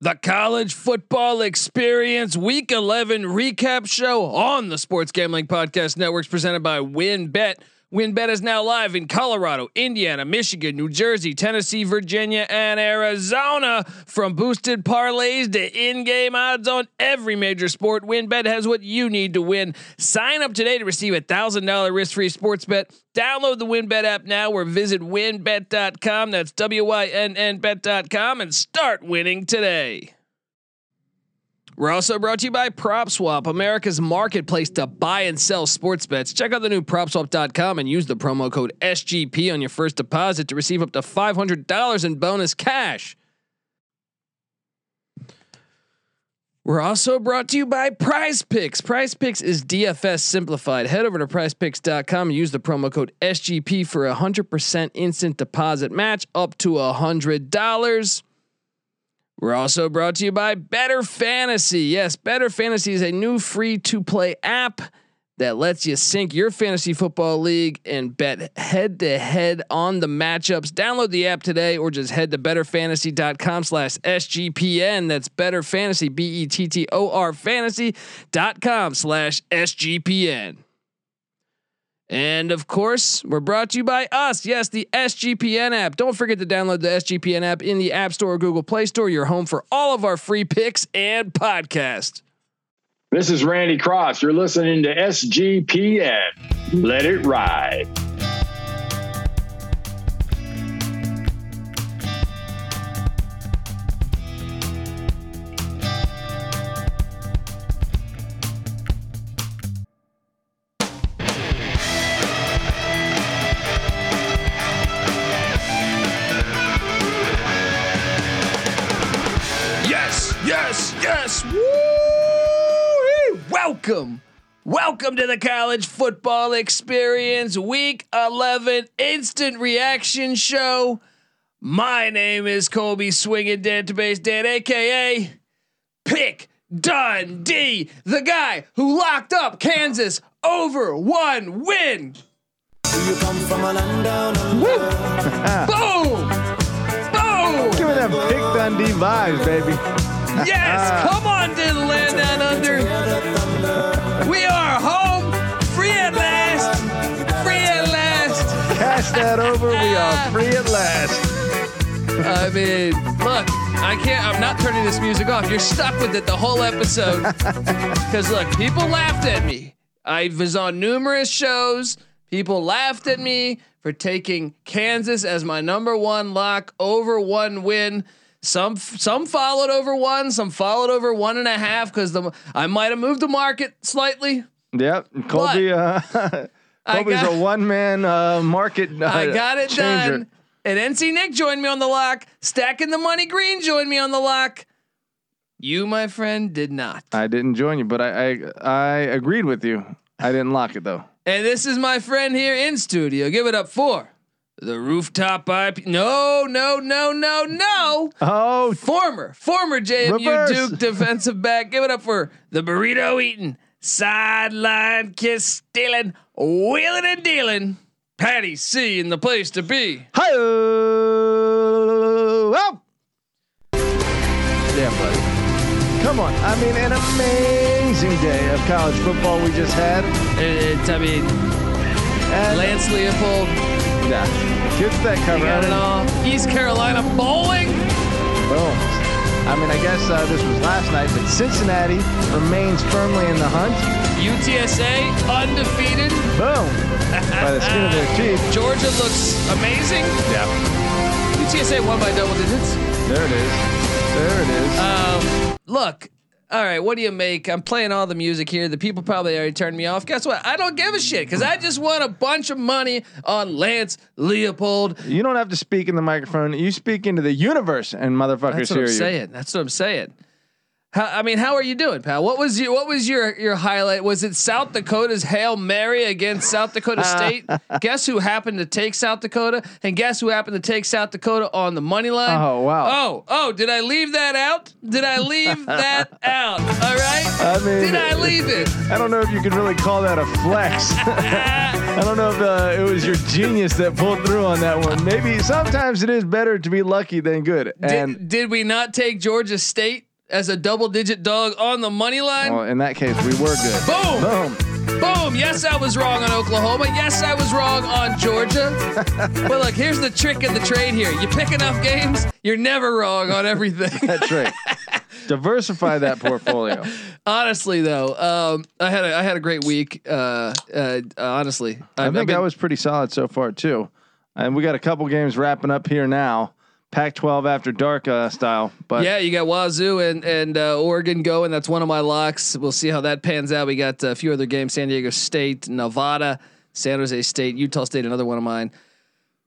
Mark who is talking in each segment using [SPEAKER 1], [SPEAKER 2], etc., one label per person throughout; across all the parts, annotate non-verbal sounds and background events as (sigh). [SPEAKER 1] The college football experience week 11 recap show on the Sports Gambling Podcast Networks presented by WinBet. WinBet is now live in Colorado, Indiana, Michigan, New Jersey, Tennessee, Virginia, and Arizona. From boosted parlays to in-game odds on every major sport, WinBet has what you need to win. Sign up today to receive a $1,000 risk-free sports bet. Download the WinBet app now or visit winbet.com. That's W-Y-N-N bet.com and start winning today. We're also brought to you by PropSwap, America's marketplace to buy and sell sports bets. Check out the new PropSwap.com and use the promo code SGP on your first deposit to receive up to $500 in bonus cash. We're also brought to you by Prize Picks. Prize Picks is DFS simplified. Head over to prizepicks.com and use the promo code SGP for a 100% instant deposit match up to $100. We're also brought to you by Better Fantasy. Yes, Better Fantasy is a new free to play app that lets you sync your fantasy football league and bet head to head on the matchups. Download the app today or just head to betterfantasy.com slash SGPN. That's Better Fantasy, B E T T O R fantasy.com slash SGPN. And of course, we're brought to you by us. Yes, the SGPN app. Don't forget to download the SGPN app in the App Store or Google Play Store. Your home for all of our free picks and podcast.
[SPEAKER 2] This is Randy Cross. You're listening to SGPN. Let it ride.
[SPEAKER 1] Yes, yes, yes. Woo! Welcome. Welcome to the college football experience, week 11 instant reaction show. My name is Colby Swinging Database Dan, aka Pick Dundee, the guy who locked up Kansas over one win. Boom! (laughs) Boom!
[SPEAKER 3] Give me them Big Dundee vibes, baby. Ah.
[SPEAKER 1] Yes, come on, didn't land that under. We are home, free at last, free at last. Ah.
[SPEAKER 3] Pass that over. We are free at last.
[SPEAKER 1] I mean, look, I can't. I'm not turning this music off. You're stuck with it the whole episode. Because look, people laughed at me. I was on numerous shows. People laughed at me for taking Kansas as my number one lock over one win. Some some followed over one. Some followed over one and a half because the I might have moved the market slightly.
[SPEAKER 3] Yep. Colby. Uh, (laughs)
[SPEAKER 1] I
[SPEAKER 3] Colby's
[SPEAKER 1] got-
[SPEAKER 3] a one-man uh, market. Uh, (laughs)
[SPEAKER 1] I got it
[SPEAKER 3] changer.
[SPEAKER 1] done. And NC Nick joined me on the lock. Stacking the money green joined me on the lock. You, my friend, did not.
[SPEAKER 3] I didn't join you, but I, I I agreed with you. I didn't lock it though.
[SPEAKER 1] And this is my friend here in studio. Give it up for the rooftop IP. No, no, no, no, no.
[SPEAKER 3] Oh,
[SPEAKER 1] Former, former JMU
[SPEAKER 3] Reverse.
[SPEAKER 1] Duke defensive back. Give it up for the burrito eating, sideline kiss stealing, wheeling and dealing. Patty C in the place to be.
[SPEAKER 3] hi. Oh. Yeah, buddy. Come on. I mean, an amazing day of college football we just had.
[SPEAKER 1] It's, I mean,
[SPEAKER 3] And
[SPEAKER 1] Uh, Lance Leopold,
[SPEAKER 3] Yeah. Kids that cover.
[SPEAKER 1] Got
[SPEAKER 3] I
[SPEAKER 1] it
[SPEAKER 3] mean,
[SPEAKER 1] all. East Carolina bowling.
[SPEAKER 3] Boom. I mean, I guess uh, this was last night, but Cincinnati remains firmly in the hunt.
[SPEAKER 1] UTSA undefeated.
[SPEAKER 3] Boom. By the skin
[SPEAKER 1] (laughs)
[SPEAKER 3] of their teeth.
[SPEAKER 1] Georgia looks amazing.
[SPEAKER 3] Yeah.
[SPEAKER 1] UTSA won by double digits. Uh,
[SPEAKER 3] There it is. There it is.
[SPEAKER 1] Um, look, All right, what do you make? I'm playing all the music here. The people probably already turned me off. Guess what? I don't give a shit because I just won a bunch of money on Lance Leopold.
[SPEAKER 3] You don't have to speak in the microphone. You speak into the universe, and motherfuckers
[SPEAKER 1] That's what
[SPEAKER 3] hear
[SPEAKER 1] I'm
[SPEAKER 3] you.
[SPEAKER 1] saying. That's what I'm saying. How, I mean, how are you doing, pal? What was your What was your your highlight? Was it South Dakota's hail mary against South Dakota
[SPEAKER 3] Uh.
[SPEAKER 1] State? guess who happened to take South Dakota, and guess who happened to take South Dakota on the money line?
[SPEAKER 3] Oh, wow.
[SPEAKER 1] Oh oh, did I leave that out? Did I
[SPEAKER 3] (laughs)
[SPEAKER 1] leave that out? All right.
[SPEAKER 3] I mean-
[SPEAKER 1] did I leave it?
[SPEAKER 3] I don't know if you could really call that a flex. (laughs) I don't know if uh, it was your genius that pulled through on that one. Maybe sometimes it is better to be lucky than good. And
[SPEAKER 1] Did, did we not take Georgia State as a double digit dog on the money line?
[SPEAKER 3] well, in that case, we were good.
[SPEAKER 1] Boom!
[SPEAKER 3] Boom.
[SPEAKER 1] Boom! Yes, I was wrong on Oklahoma. Yes, I was wrong on Georgia.
[SPEAKER 3] (laughs)
[SPEAKER 1] but look, here's the trick of the trade here. You pick enough games, you're never wrong on everything.
[SPEAKER 3] (laughs) That trick.
[SPEAKER 1] (laughs)
[SPEAKER 3] Diversify that portfolio.
[SPEAKER 1] honestly, though, um, I had a, I had a great week. Uh, uh, honestly,
[SPEAKER 3] I think
[SPEAKER 1] been-
[SPEAKER 3] I was pretty solid so far too. And we got a couple games wrapping up here now, Pac-12 after dark uh, style. But
[SPEAKER 1] Yeah, you got Wazoo and and uh, Oregon going. That's one of my locks. We'll see how that pans out. We got a few other games: San Diego State, Nevada, San Jose State, Utah State. Another one of mine.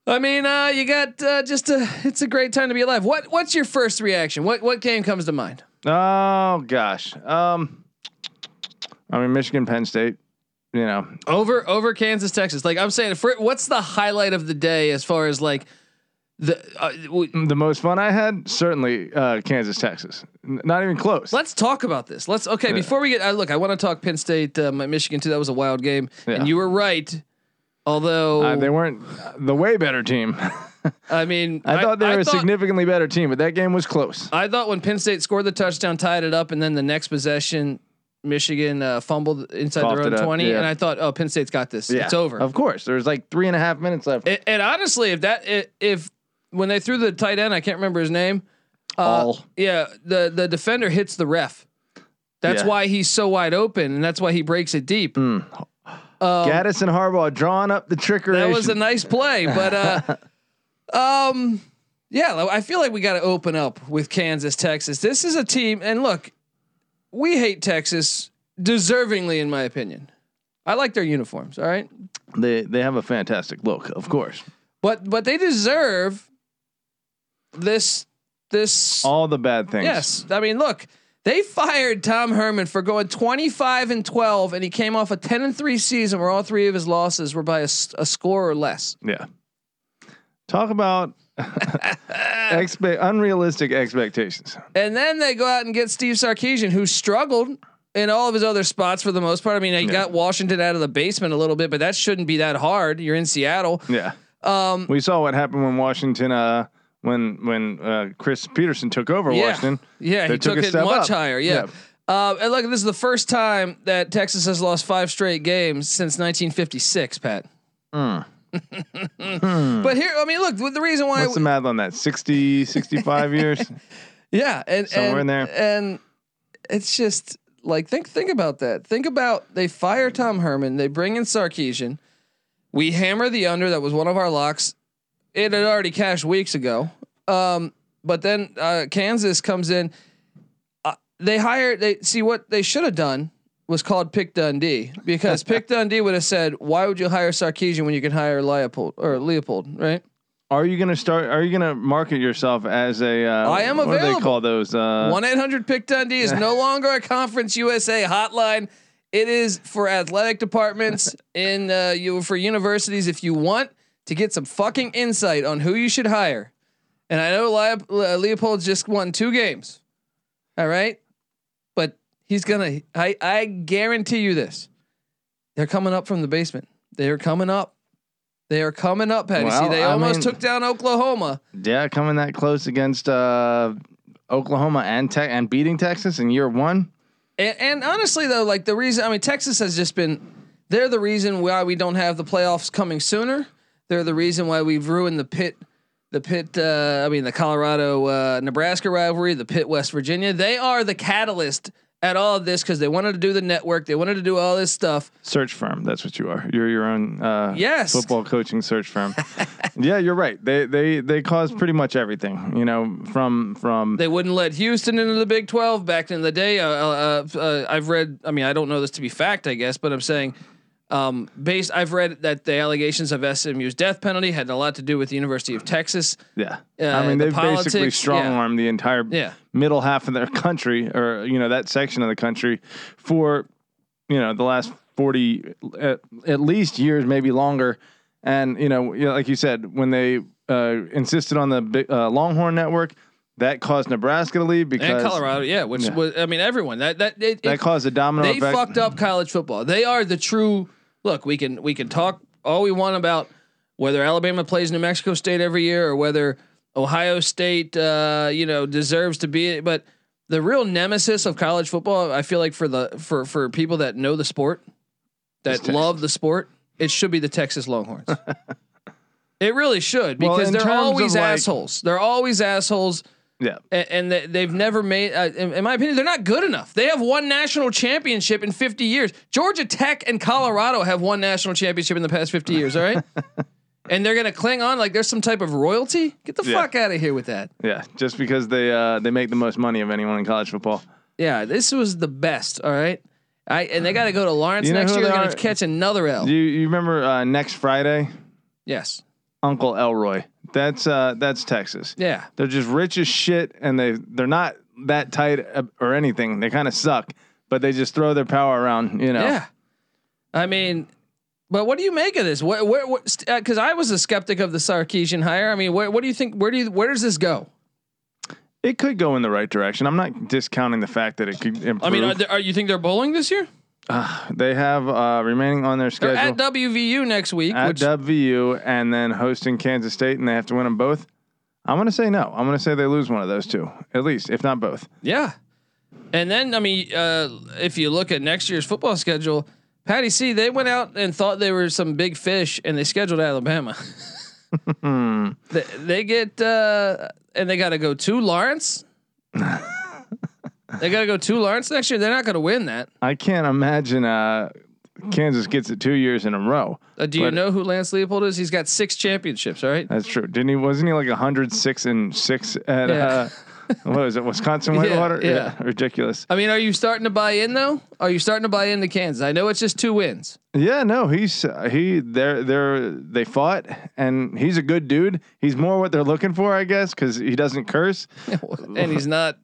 [SPEAKER 1] I mean, uh, you got uh, just a. It's a great time to be alive. What What's your first reaction? What What game comes to mind?
[SPEAKER 3] oh gosh, um, I mean Michigan, Penn State. You know,
[SPEAKER 1] Over Over Kansas, Texas. Like I'm saying, for, what's the highlight of the day as far as like the. Uh, w-
[SPEAKER 3] Um, the most fun I had certainly uh, Kansas, Texas. N- not even close.
[SPEAKER 1] Let's talk about this. Let's okay. Before we get, uh, look, I want to talk Penn State, um, Michigan too. That was a wild game,
[SPEAKER 3] Yeah.
[SPEAKER 1] and you were right. Although
[SPEAKER 3] Uh, they weren't the way better team. (laughs)
[SPEAKER 1] I mean,
[SPEAKER 3] I, thought they were a
[SPEAKER 1] thought- Uh,
[SPEAKER 3] significantly better team, but that game was close.
[SPEAKER 1] I thought when Penn State scored the touchdown, tied it up, and then the next possession, Michigan uh, fumbled inside
[SPEAKER 3] Coughed
[SPEAKER 1] their
[SPEAKER 3] it
[SPEAKER 1] own
[SPEAKER 3] up,
[SPEAKER 1] twenty,
[SPEAKER 3] yeah.
[SPEAKER 1] and I thought, oh, Penn State's got this. It's over.
[SPEAKER 3] Of course, there was like three and a half minutes left.
[SPEAKER 1] and, and honestly, if that i- if when they threw the tight end, I can't remember his name. Uh,
[SPEAKER 3] All.
[SPEAKER 1] Yeah, the the defender hits the ref. That's
[SPEAKER 3] Yeah.
[SPEAKER 1] why he's so wide open, and that's why he breaks it deep.
[SPEAKER 3] Gaddis and Harbaugh drawing up the trickery.
[SPEAKER 1] um, That was a nice play, but uh, um, yeah, li- I feel like we got to open up with Kansas, Texas. This is a team, and look, we hate Texas deservingly, in my opinion. I like their uniforms, all right,
[SPEAKER 3] they they have a fantastic look, of course.
[SPEAKER 1] but but they deserve this this.
[SPEAKER 3] All the bad things.
[SPEAKER 1] yes, I mean, look, they fired Tom Herman for going twenty five and twelve, and he came off a ten and three season where all three of his losses were by a s a a score or less.
[SPEAKER 3] Yeah. Talk
[SPEAKER 1] (laughs)
[SPEAKER 3] about expe- unrealistic expectations.
[SPEAKER 1] And then they go out and get Steve Sarkeesian, who struggled in all of his other spots for the most part. I mean, they got Washington out of the basement a little bit, but that shouldn't be that hard. You're in Seattle.
[SPEAKER 3] Yeah. Um, we saw what happened when Washington, uh, when when uh, Chris Peterson took over Washington.
[SPEAKER 1] Yeah, yeah
[SPEAKER 3] They
[SPEAKER 1] he took,
[SPEAKER 3] a
[SPEAKER 1] it
[SPEAKER 3] step
[SPEAKER 1] much
[SPEAKER 3] up.
[SPEAKER 1] higher. Yeah. Uh, and look, this is the first time that Texas has lost five straight games since 1956, Pat.
[SPEAKER 3] Hmm.
[SPEAKER 1] (laughs) but here, I mean, look, the reason why
[SPEAKER 3] What's the math on that?
[SPEAKER 1] (laughs)
[SPEAKER 3] 60, 65 years?
[SPEAKER 1] Yeah, and
[SPEAKER 3] Somewhere
[SPEAKER 1] and,
[SPEAKER 3] in there.
[SPEAKER 1] and it's just like think think about that. Think about they fire Tom Herman, they bring in Sarkeesian, we hammer the under that was one of our locks. It had already cashed weeks ago, um, but then uh, Kansas comes in. Uh, they hire they see what they should have done was called Pick Dundee
[SPEAKER 3] (laughs)
[SPEAKER 1] because Pick Dundee would have said, "Why would you hire Sarkeesian when you can hire Leopold or Leopold?" Right?
[SPEAKER 3] Are you gonna start? Are you gonna market yourself as a? Uh,
[SPEAKER 1] I am
[SPEAKER 3] what do
[SPEAKER 1] available.
[SPEAKER 3] they call those? Uh,
[SPEAKER 1] One eight hundred Pick Dundee is no longer a Conference USA hotline. It is for athletic
[SPEAKER 3] (laughs)
[SPEAKER 1] departments in uh, you for universities. If you want to get some fucking insight on who you should hire, and I know Leop- Le- Leopold's just won two games, all right, but he's gonna. I I guarantee you this. They're coming up from the basement. They are coming up. They are coming up, Patty. See,
[SPEAKER 3] Well,
[SPEAKER 1] they
[SPEAKER 3] I
[SPEAKER 1] almost
[SPEAKER 3] mean-
[SPEAKER 1] took down Oklahoma.
[SPEAKER 3] yeah, coming that close against uh, Oklahoma and Tech and beating Texas in year one.
[SPEAKER 1] And, and honestly, though, like the reason, I mean, Texas has just been, they're the reason why we don't have the playoffs coming sooner. They're the reason why we've ruined the pit, the pit, uh, I mean, the Colorado uh, Nebraska rivalry, the pit West Virginia. They are the catalyst at all of this because they wanted to do the network. They wanted to do all this stuff.
[SPEAKER 3] Search firm. That's what you are. You're your own uh,
[SPEAKER 1] Yes.
[SPEAKER 3] football coaching search firm. (laughs) yeah, you're right. They they they cause pretty much everything. You know, from from
[SPEAKER 1] They wouldn't let Houston into the Big 12 back in the day. Uh, uh, uh, I've read, I mean, I don't know this to be fact, I guess, but I'm saying, um, based, I've read that the allegations of SMU's death penalty had a lot to do with the University of Texas.
[SPEAKER 3] yeah.
[SPEAKER 1] Yeah,
[SPEAKER 3] I mean,
[SPEAKER 1] Uh, the
[SPEAKER 3] they've basically
[SPEAKER 1] politics,
[SPEAKER 3] strong
[SPEAKER 1] yeah.
[SPEAKER 3] armed the entire
[SPEAKER 1] Yeah.
[SPEAKER 3] middle half of their country, or you know that section of the country, for you know the last forty at, at least years, maybe longer. And you know, you know, like you said, when they uh, insisted on the big, uh, Longhorn Network, that caused Nebraska to leave because
[SPEAKER 1] And Colorado, yeah, which
[SPEAKER 3] Yeah.
[SPEAKER 1] was, I mean, everyone that that it,
[SPEAKER 3] that
[SPEAKER 1] it-
[SPEAKER 3] caused a domino
[SPEAKER 1] they
[SPEAKER 3] effect.
[SPEAKER 1] fucked up college football. They are the true look. We can we can talk all we want about whether Alabama plays New Mexico State every year or whether Ohio State uh, you know deserves to be it, but the real nemesis of college football, I feel like for the for for people that know the sport,
[SPEAKER 3] It's
[SPEAKER 1] that
[SPEAKER 3] Texas.
[SPEAKER 1] love the sport, it should be the Texas
[SPEAKER 3] (laughs)
[SPEAKER 1] Longhorns. it really should
[SPEAKER 3] Well,
[SPEAKER 1] because
[SPEAKER 3] in
[SPEAKER 1] they're
[SPEAKER 3] terms of,
[SPEAKER 1] always
[SPEAKER 3] like-
[SPEAKER 1] assholes. They're always assholes
[SPEAKER 3] Yeah,
[SPEAKER 1] and, and they, they've never made. Uh, in, in my opinion, they're not good enough. They have one national championship in 50 years. Georgia Tech and Colorado have one national championship in the past 50 years. All
[SPEAKER 3] (laughs)
[SPEAKER 1] right, and they're gonna cling on like there's some type of royalty. Get the
[SPEAKER 3] Yeah.
[SPEAKER 1] fuck out of here with that.
[SPEAKER 3] yeah. Just because they uh, they make the most money of anyone in college football.
[SPEAKER 1] Yeah, this was the best. All right, I and they got to go to Lawrence
[SPEAKER 3] You know
[SPEAKER 1] next
[SPEAKER 3] who
[SPEAKER 1] year. They're
[SPEAKER 3] they
[SPEAKER 1] gonna
[SPEAKER 3] are?
[SPEAKER 1] catch another L.
[SPEAKER 3] Do you, you remember uh, next Friday,
[SPEAKER 1] yes.
[SPEAKER 3] Uncle Elroy? That's uh, that's Texas.
[SPEAKER 1] Yeah.
[SPEAKER 3] They're just rich as shit, and they they're not that tight uh, or anything. They kind of suck, but they just throw their power around. You know.
[SPEAKER 1] Yeah. I mean, but what do you make of this? What, where, what, because I was a skeptic of the Sarkeesian hire. I mean, where, what do you think? Where do you, where does this go?
[SPEAKER 3] It could go in the right direction. I'm not discounting the fact that it could improve.
[SPEAKER 1] I mean, are, there, are you think they're bowling this year?
[SPEAKER 3] they have uh, remaining on their
[SPEAKER 1] They're
[SPEAKER 3] schedule
[SPEAKER 1] at WVU next week,
[SPEAKER 3] at
[SPEAKER 1] which
[SPEAKER 3] WVU and then hosting Kansas State, and they have to win them both. I'm gonna say no. I'm gonna say they lose one of those two, at least, if not both.
[SPEAKER 1] yeah. And then I mean, uh, if you look at next year's football schedule, Patty C, they went out and thought they were some big fish, and they scheduled Alabama. (laughs)
[SPEAKER 3] Hmm.
[SPEAKER 1] they, they get uh, and they got to go to
[SPEAKER 3] (laughs)
[SPEAKER 1] Lawrence. they got to go to Lawrence next year. They're not going to win that.
[SPEAKER 3] I can't imagine uh, Kansas gets it two years in a row.
[SPEAKER 1] Uh, do you
[SPEAKER 3] But- Uh,
[SPEAKER 1] know who Lance Leopold is? He's got six championships. All right.
[SPEAKER 3] That's true. Didn't he? Wasn't he like 106 and six at
[SPEAKER 1] Yeah.
[SPEAKER 3] uh, (laughs) what was it, Wisconsin
[SPEAKER 1] (laughs) Yeah,
[SPEAKER 3] Whitewater?
[SPEAKER 1] yeah.
[SPEAKER 3] ridiculous.
[SPEAKER 1] I mean, are you starting to buy in though? Are you starting to buy into Kansas? I know it's just two wins.
[SPEAKER 3] Yeah, no, he's uh, he. They're they're they fought, and he's a good dude. He's more what they're looking for, I guess, because he doesn't curse.
[SPEAKER 1] and
[SPEAKER 3] (laughs)
[SPEAKER 1] he's not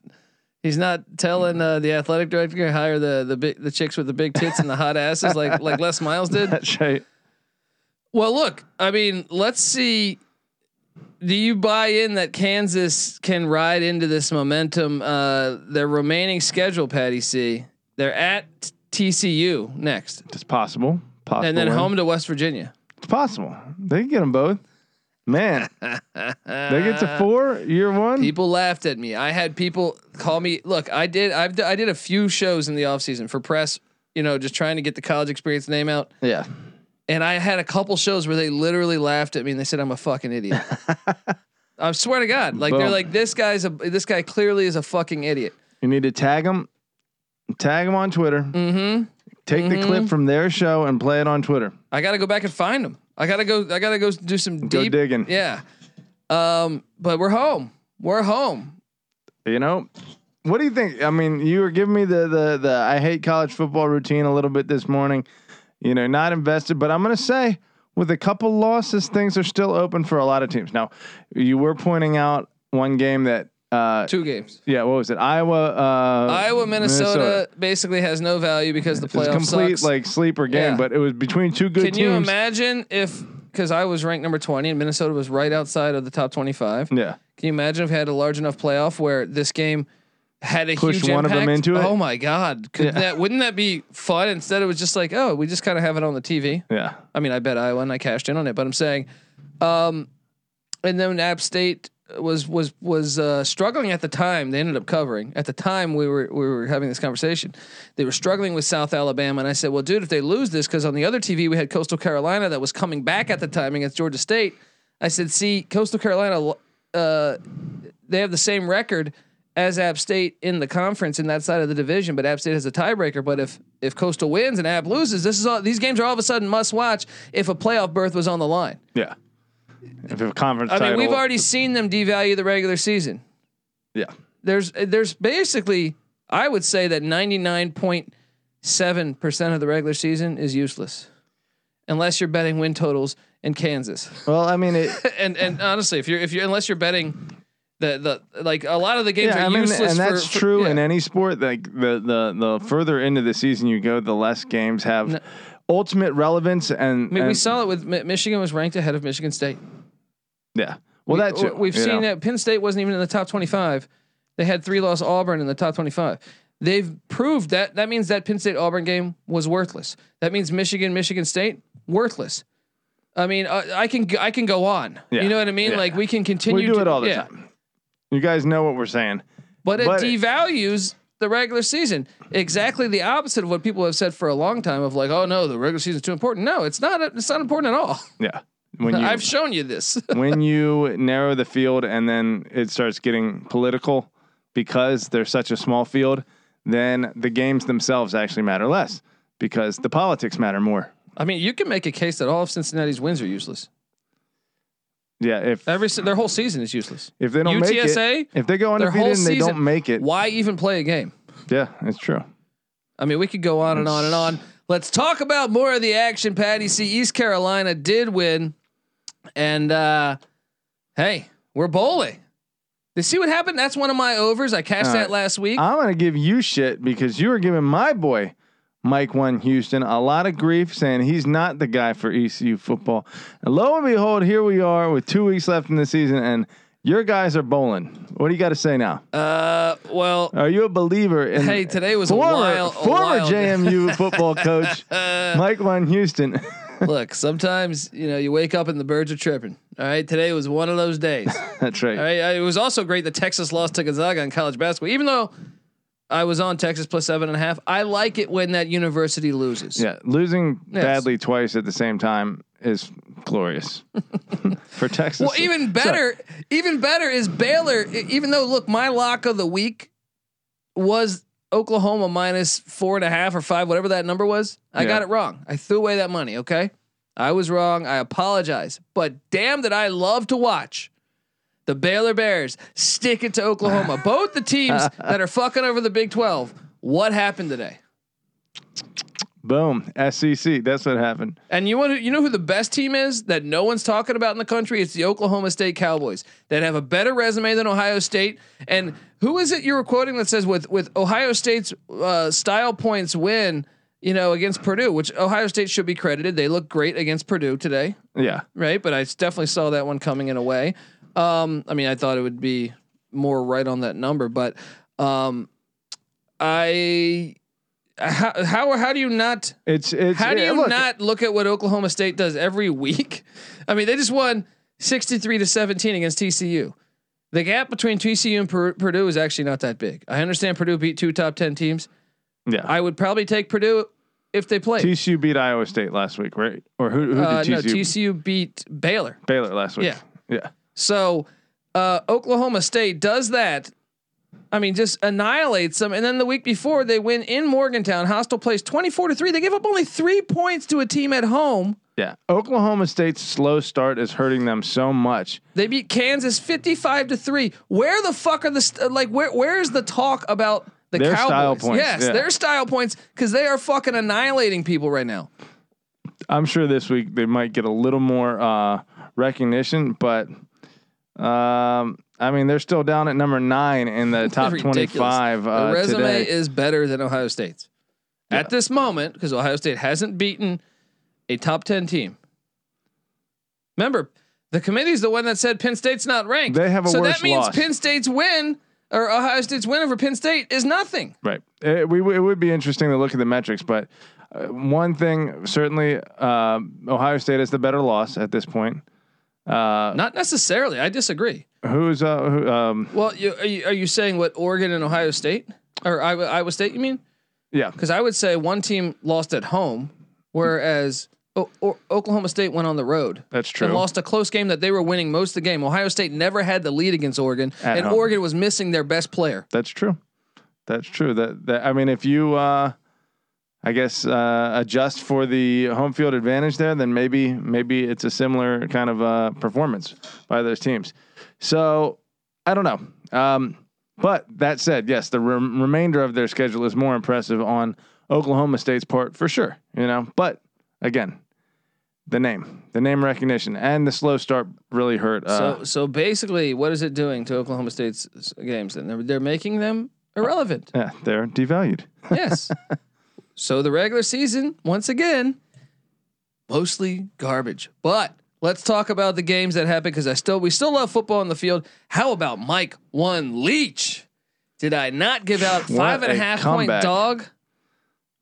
[SPEAKER 1] he's not telling uh, the athletic director to hire the the big the chicks with the big tits and the hot asses like like Les Miles did.
[SPEAKER 3] (laughs) That's right.
[SPEAKER 1] Well, look, I mean, let's see. Do you buy in that Kansas can ride into this momentum? Uh, their remaining schedule, Patty C. They're at TCU next,
[SPEAKER 3] It's possible. Possible.
[SPEAKER 1] and then
[SPEAKER 3] win.
[SPEAKER 1] home to West Virginia.
[SPEAKER 3] It's possible. They can get them both. Man, they
[SPEAKER 1] (laughs)
[SPEAKER 3] get to four year one.
[SPEAKER 1] People laughed at me. I had people call me. Look, I did. I've d- I did a few shows in the off season for press. You know, just trying to get the college experience name out.
[SPEAKER 3] yeah.
[SPEAKER 1] And I had a couple shows where they literally laughed at me and they said I'm a fucking
[SPEAKER 3] (laughs)
[SPEAKER 1] idiot. I swear to God, like they're
[SPEAKER 3] Boom.
[SPEAKER 1] like this guy's a this guy clearly is a fucking idiot.
[SPEAKER 3] You need to tag them. Tag them on Twitter. Mm-hmm. Take the
[SPEAKER 1] Mm-hmm.
[SPEAKER 3] clip from their show and play it on Twitter.
[SPEAKER 1] I got to go back and find him. I got to go. I got to go do some deep
[SPEAKER 3] Go digging.
[SPEAKER 1] Yeah. Um, but we're home. We're home.
[SPEAKER 3] You know, what do you think? I mean, you were giving me the the the I hate college football routine a little bit this morning. You know, not invested, but I'm going to say with a couple losses, things are still open for a lot of teams. Now, you were pointing out one game that uh
[SPEAKER 1] Two games.
[SPEAKER 3] yeah, what was it? Iowa uh
[SPEAKER 1] Iowa, Minnesota, basically has no value because the
[SPEAKER 3] It was a
[SPEAKER 1] playoff
[SPEAKER 3] complete
[SPEAKER 1] sucks.
[SPEAKER 3] like sleeper game,
[SPEAKER 1] Yeah.
[SPEAKER 3] but it was between two good
[SPEAKER 1] Can
[SPEAKER 3] teams.
[SPEAKER 1] you imagine if because I was ranked number 20 and Minnesota was right outside of the top 25?
[SPEAKER 3] Yeah.
[SPEAKER 1] Can you imagine if I had a large enough playoff where this game had a
[SPEAKER 3] Push
[SPEAKER 1] huge
[SPEAKER 3] one of them
[SPEAKER 1] impact?
[SPEAKER 3] into it?
[SPEAKER 1] Oh my God! Could
[SPEAKER 3] Yeah.
[SPEAKER 1] that wouldn't that be fun? Instead, it was just like, oh, we just kind of have it on the TV.
[SPEAKER 3] Yeah.
[SPEAKER 1] I mean, I bet Iowa and I cashed in on it, but I'm saying, um, and then App State was was was uh, struggling at the time. They ended up covering at the time we were we were having this conversation. They were struggling with South Alabama, and I said, well, dude, if they lose this, because on the other TV we had Coastal Carolina that was coming back at the time against Georgia State. I said, see, Coastal Carolina, uh, they have the same record as App State in the conference in that side of the division, but App State has a tiebreaker. But if if Coastal wins and App loses, this is all these games are all of a sudden must watch if a playoff berth was on the line.
[SPEAKER 3] Yeah. If a conference
[SPEAKER 1] I mean,
[SPEAKER 3] title-
[SPEAKER 1] we've already seen them devalue the regular season.
[SPEAKER 3] yeah.
[SPEAKER 1] There's there's basically I would say that 99.7% of the regular season is useless unless you're betting win totals in Kansas.
[SPEAKER 3] Well, I mean, it,
[SPEAKER 1] and and honestly, if you're if you're unless you're betting the the like a lot of the games
[SPEAKER 3] yeah,
[SPEAKER 1] are
[SPEAKER 3] I mean,
[SPEAKER 1] useless.
[SPEAKER 3] and
[SPEAKER 1] for-
[SPEAKER 3] that's
[SPEAKER 1] for-
[SPEAKER 3] true
[SPEAKER 1] yeah.
[SPEAKER 3] in any sport. Like the the the further into the season you go, the less games have
[SPEAKER 1] No.
[SPEAKER 3] ultimate relevance. And,
[SPEAKER 1] I mean, we
[SPEAKER 3] and-
[SPEAKER 1] saw it with Mi- Michigan was ranked ahead of Michigan State.
[SPEAKER 3] yeah. Well, that's
[SPEAKER 1] We- we've seen that Penn State wasn't even in the top twenty-five. They had three loss Auburn in the top twenty-five. They've proved that. That means that Penn State Auburn game was worthless. That means Michigan Michigan State worthless. I mean, uh, I can g- I can go on.
[SPEAKER 3] Yeah.
[SPEAKER 1] You know what I mean?
[SPEAKER 3] Yeah.
[SPEAKER 1] Like we can continue.
[SPEAKER 3] We do
[SPEAKER 1] to-
[SPEAKER 3] it all the
[SPEAKER 1] yeah.
[SPEAKER 3] time. You guys know what we're saying.
[SPEAKER 1] but it
[SPEAKER 3] But-
[SPEAKER 1] devalues the regular season. Exactly the opposite of what people have said for a long time of like, oh no, the regular season's too important. No, it's not. It's not important at all.
[SPEAKER 3] Yeah. When
[SPEAKER 1] (laughs)
[SPEAKER 3] you
[SPEAKER 1] I've shown you this.
[SPEAKER 3] when you narrow the field and then it starts getting political because there's such a small field, then the games themselves actually matter less because the politics matter more.
[SPEAKER 1] I mean, you can make a case that all of Cincinnati's wins are useless.
[SPEAKER 3] Yeah, if
[SPEAKER 1] Every se- their whole season is useless.
[SPEAKER 3] if they don't make
[SPEAKER 1] UTSA,
[SPEAKER 3] it, if they go
[SPEAKER 1] their whole
[SPEAKER 3] undefeated and they
[SPEAKER 1] season-
[SPEAKER 3] don't make it,
[SPEAKER 1] Why even play a game?
[SPEAKER 3] yeah, it's true.
[SPEAKER 1] I mean, we could go on and on and on. Let's talk about more of the action, Patty. See, East Carolina did win, and uh, hey, we're bowling. You see what happened? That's one of my overs. I cashed
[SPEAKER 3] All
[SPEAKER 1] that
[SPEAKER 3] right. Uh-huh.
[SPEAKER 1] last week.
[SPEAKER 3] I'm gonna give you shit because you were giving my boy Mike One Houston a lot of grief, saying he's not the guy for ECU football. And lo and behold, here we are with two weeks left in the season, and your guys are bowling. What do you got to say now?
[SPEAKER 1] Uh, well,
[SPEAKER 3] Are you a believer in?
[SPEAKER 1] Hey, today was a
[SPEAKER 3] former,
[SPEAKER 1] wild- a
[SPEAKER 3] former
[SPEAKER 1] wild- (laughs)
[SPEAKER 3] JMU football coach Mike Von Houston. (laughs)
[SPEAKER 1] look, sometimes you know you wake up and the birds are chirping. All right, today was one of those days.
[SPEAKER 3] That's right.
[SPEAKER 1] All right, I- it was also great that Texas lost to Gonzaga in college basketball. Even though I was on Texas plus seven and a half, I like it when that university loses.
[SPEAKER 3] Yeah, losing
[SPEAKER 1] Yes.
[SPEAKER 3] badly twice at the same time is
[SPEAKER 1] (laughs)
[SPEAKER 3] glorious for Texas.
[SPEAKER 1] Well, even better, even better is Baylor. e- Even though, look, my lock of the week was Oklahoma minus four and a half or five, whatever that number was. I
[SPEAKER 3] Yeah.
[SPEAKER 1] got it wrong. I threw away that money. Okay, I was wrong. I apologize. But damn, that I love to watch the Baylor Bears stick it to
[SPEAKER 3] (laughs)
[SPEAKER 1] Oklahoma. Both the teams that are fucking over the Big Twelve. What happened today?
[SPEAKER 3] boom, SEC. That's what happened.
[SPEAKER 1] And you want to, you know who the best team is that no one's talking about in the country? It's the Oklahoma State Cowboys that have a better resume than Ohio State. And who is it you were quoting that says with with Ohio State's uh, style points win, you know, against Purdue, which Ohio State should be credited. They look great against Purdue today,
[SPEAKER 3] Yeah,
[SPEAKER 1] right? But I s- definitely saw that one coming in a way. Um, I mean, I thought it would be more right on that number, but um, I how how how do you not
[SPEAKER 3] it's it's.
[SPEAKER 1] how do
[SPEAKER 3] yeah,
[SPEAKER 1] you
[SPEAKER 3] look,
[SPEAKER 1] not look at what Oklahoma State does every week? (laughs) I mean, they just won 63 to 17 against TCU. The gap between TCU and Pur- Purdue is actually not that big. I understand Purdue beat two top 10 teams.
[SPEAKER 3] Yeah,
[SPEAKER 1] I would probably take Purdue if they played.
[SPEAKER 3] TCU beat Iowa State last week, right? Or who, who did
[SPEAKER 1] uh,
[SPEAKER 3] TCU?
[SPEAKER 1] no, TCU beat Baylor.
[SPEAKER 3] Baylor last week.
[SPEAKER 1] Yeah.
[SPEAKER 3] yeah.
[SPEAKER 1] So uh, Oklahoma State does that. I mean, just annihilates them. And then the week before, they win in Morgantown. Hostile plays 24 to 3. They give up only three points to a team at home.
[SPEAKER 3] Yeah. Oklahoma State's slow start is hurting them so much.
[SPEAKER 1] They beat Kansas 55 to 3. Where the fuck are the st- like where where is the talk about the
[SPEAKER 3] Their
[SPEAKER 1] Cowboys?
[SPEAKER 3] style points,
[SPEAKER 1] Yes,
[SPEAKER 3] yeah.
[SPEAKER 1] their style points cuz they are fucking annihilating people right now.
[SPEAKER 3] I'm sure this week they might get a little more uh, recognition, but um, I mean they're still down at number nine
[SPEAKER 1] (laughs)
[SPEAKER 3] in the top
[SPEAKER 1] Ridiculous.
[SPEAKER 3] 25 uh,
[SPEAKER 1] Their resume
[SPEAKER 3] today.
[SPEAKER 1] is better than Ohio State's. At this moment cuz Ohio State hasn't beaten a top 10 team. Remember, the committee's the one that said Penn State's not ranked.
[SPEAKER 3] They have a
[SPEAKER 1] so
[SPEAKER 3] worse
[SPEAKER 1] that means
[SPEAKER 3] loss.
[SPEAKER 1] Penn State's win or Ohio State's win over Penn State is nothing.
[SPEAKER 3] right. It, Eh, we it would be interesting to look at the metrics, but uh, one thing certainly um Ohio State is the better loss at this point. Uh,
[SPEAKER 1] Not necessarily. I disagree.
[SPEAKER 3] who's uh, who, um,
[SPEAKER 1] Well, you, are, you, are you saying what Oregon and Ohio State or Iowa, Iowa State? You mean?
[SPEAKER 3] yeah
[SPEAKER 1] Because I would say one team lost at home, whereas O- O- Oklahoma State went on the road.
[SPEAKER 3] That's true.
[SPEAKER 1] And lost a close game that they were winning most of the game. Ohio State never had the lead against Oregon,
[SPEAKER 3] At
[SPEAKER 1] and
[SPEAKER 3] home.
[SPEAKER 1] Oregon was missing their best player.
[SPEAKER 3] That's true. That's true. That that I mean, if you, uh, I guess, uh, adjust for the home field advantage there, then maybe maybe it's a similar kind of uh, performance by those teams. So I don't know. Um, but that said, yes, the rem- remainder of their schedule is more impressive on Oklahoma State's part for sure. You know, but again. The name, the name recognition, and the slow start really hurt. Uh,
[SPEAKER 1] so, so basically, what is it doing to Oklahoma State's s- games? Then they're, they're making them irrelevant.
[SPEAKER 3] yeah, they're devalued.
[SPEAKER 1] Yes. so the regular season, once again, mostly garbage. But let's talk about the games that happened because I still we still love football on the field. How about Mike One Leach? Did I not give out
[SPEAKER 3] What
[SPEAKER 1] five and a
[SPEAKER 3] a
[SPEAKER 1] half point
[SPEAKER 3] comeback.
[SPEAKER 1] dog?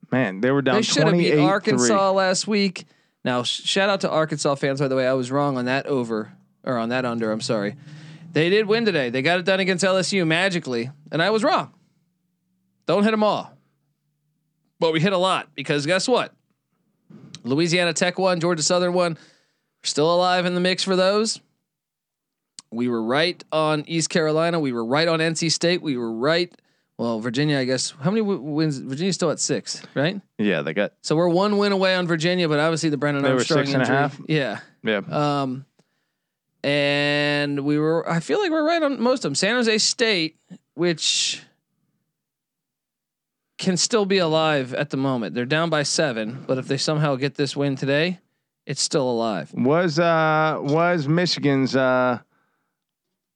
[SPEAKER 3] Man, they were down.
[SPEAKER 1] They should have beat
[SPEAKER 3] 28-3.
[SPEAKER 1] Arkansas last week. Now, sh- shout out to Arkansas fans. By the way, I was wrong on that over or on that under. I'm sorry. They did win today. They got it done against LSU magically, and I was wrong. Don't hit them all, but we hit a lot because guess what? Louisiana Tech won. Georgia Southern won. We're still alive in the mix for those. We were right on East Carolina. We were right on NC State. We were right. Well, Virginia, I guess. How many w- wins? Virginia's still at six, right?
[SPEAKER 3] Yeah, they got
[SPEAKER 1] So we're one win away on Virginia, but obviously the Brendan
[SPEAKER 3] They were
[SPEAKER 1] Armstrong
[SPEAKER 3] six and a
[SPEAKER 1] injury.
[SPEAKER 3] half?
[SPEAKER 1] Yeah.
[SPEAKER 3] yeah.
[SPEAKER 1] Um, and we were. I feel like we're right on most of them. San Jose State, which can still be alive at the moment. They're down by seven, but if they somehow get this win today, it's still alive.
[SPEAKER 3] Was uh was Michigan's uh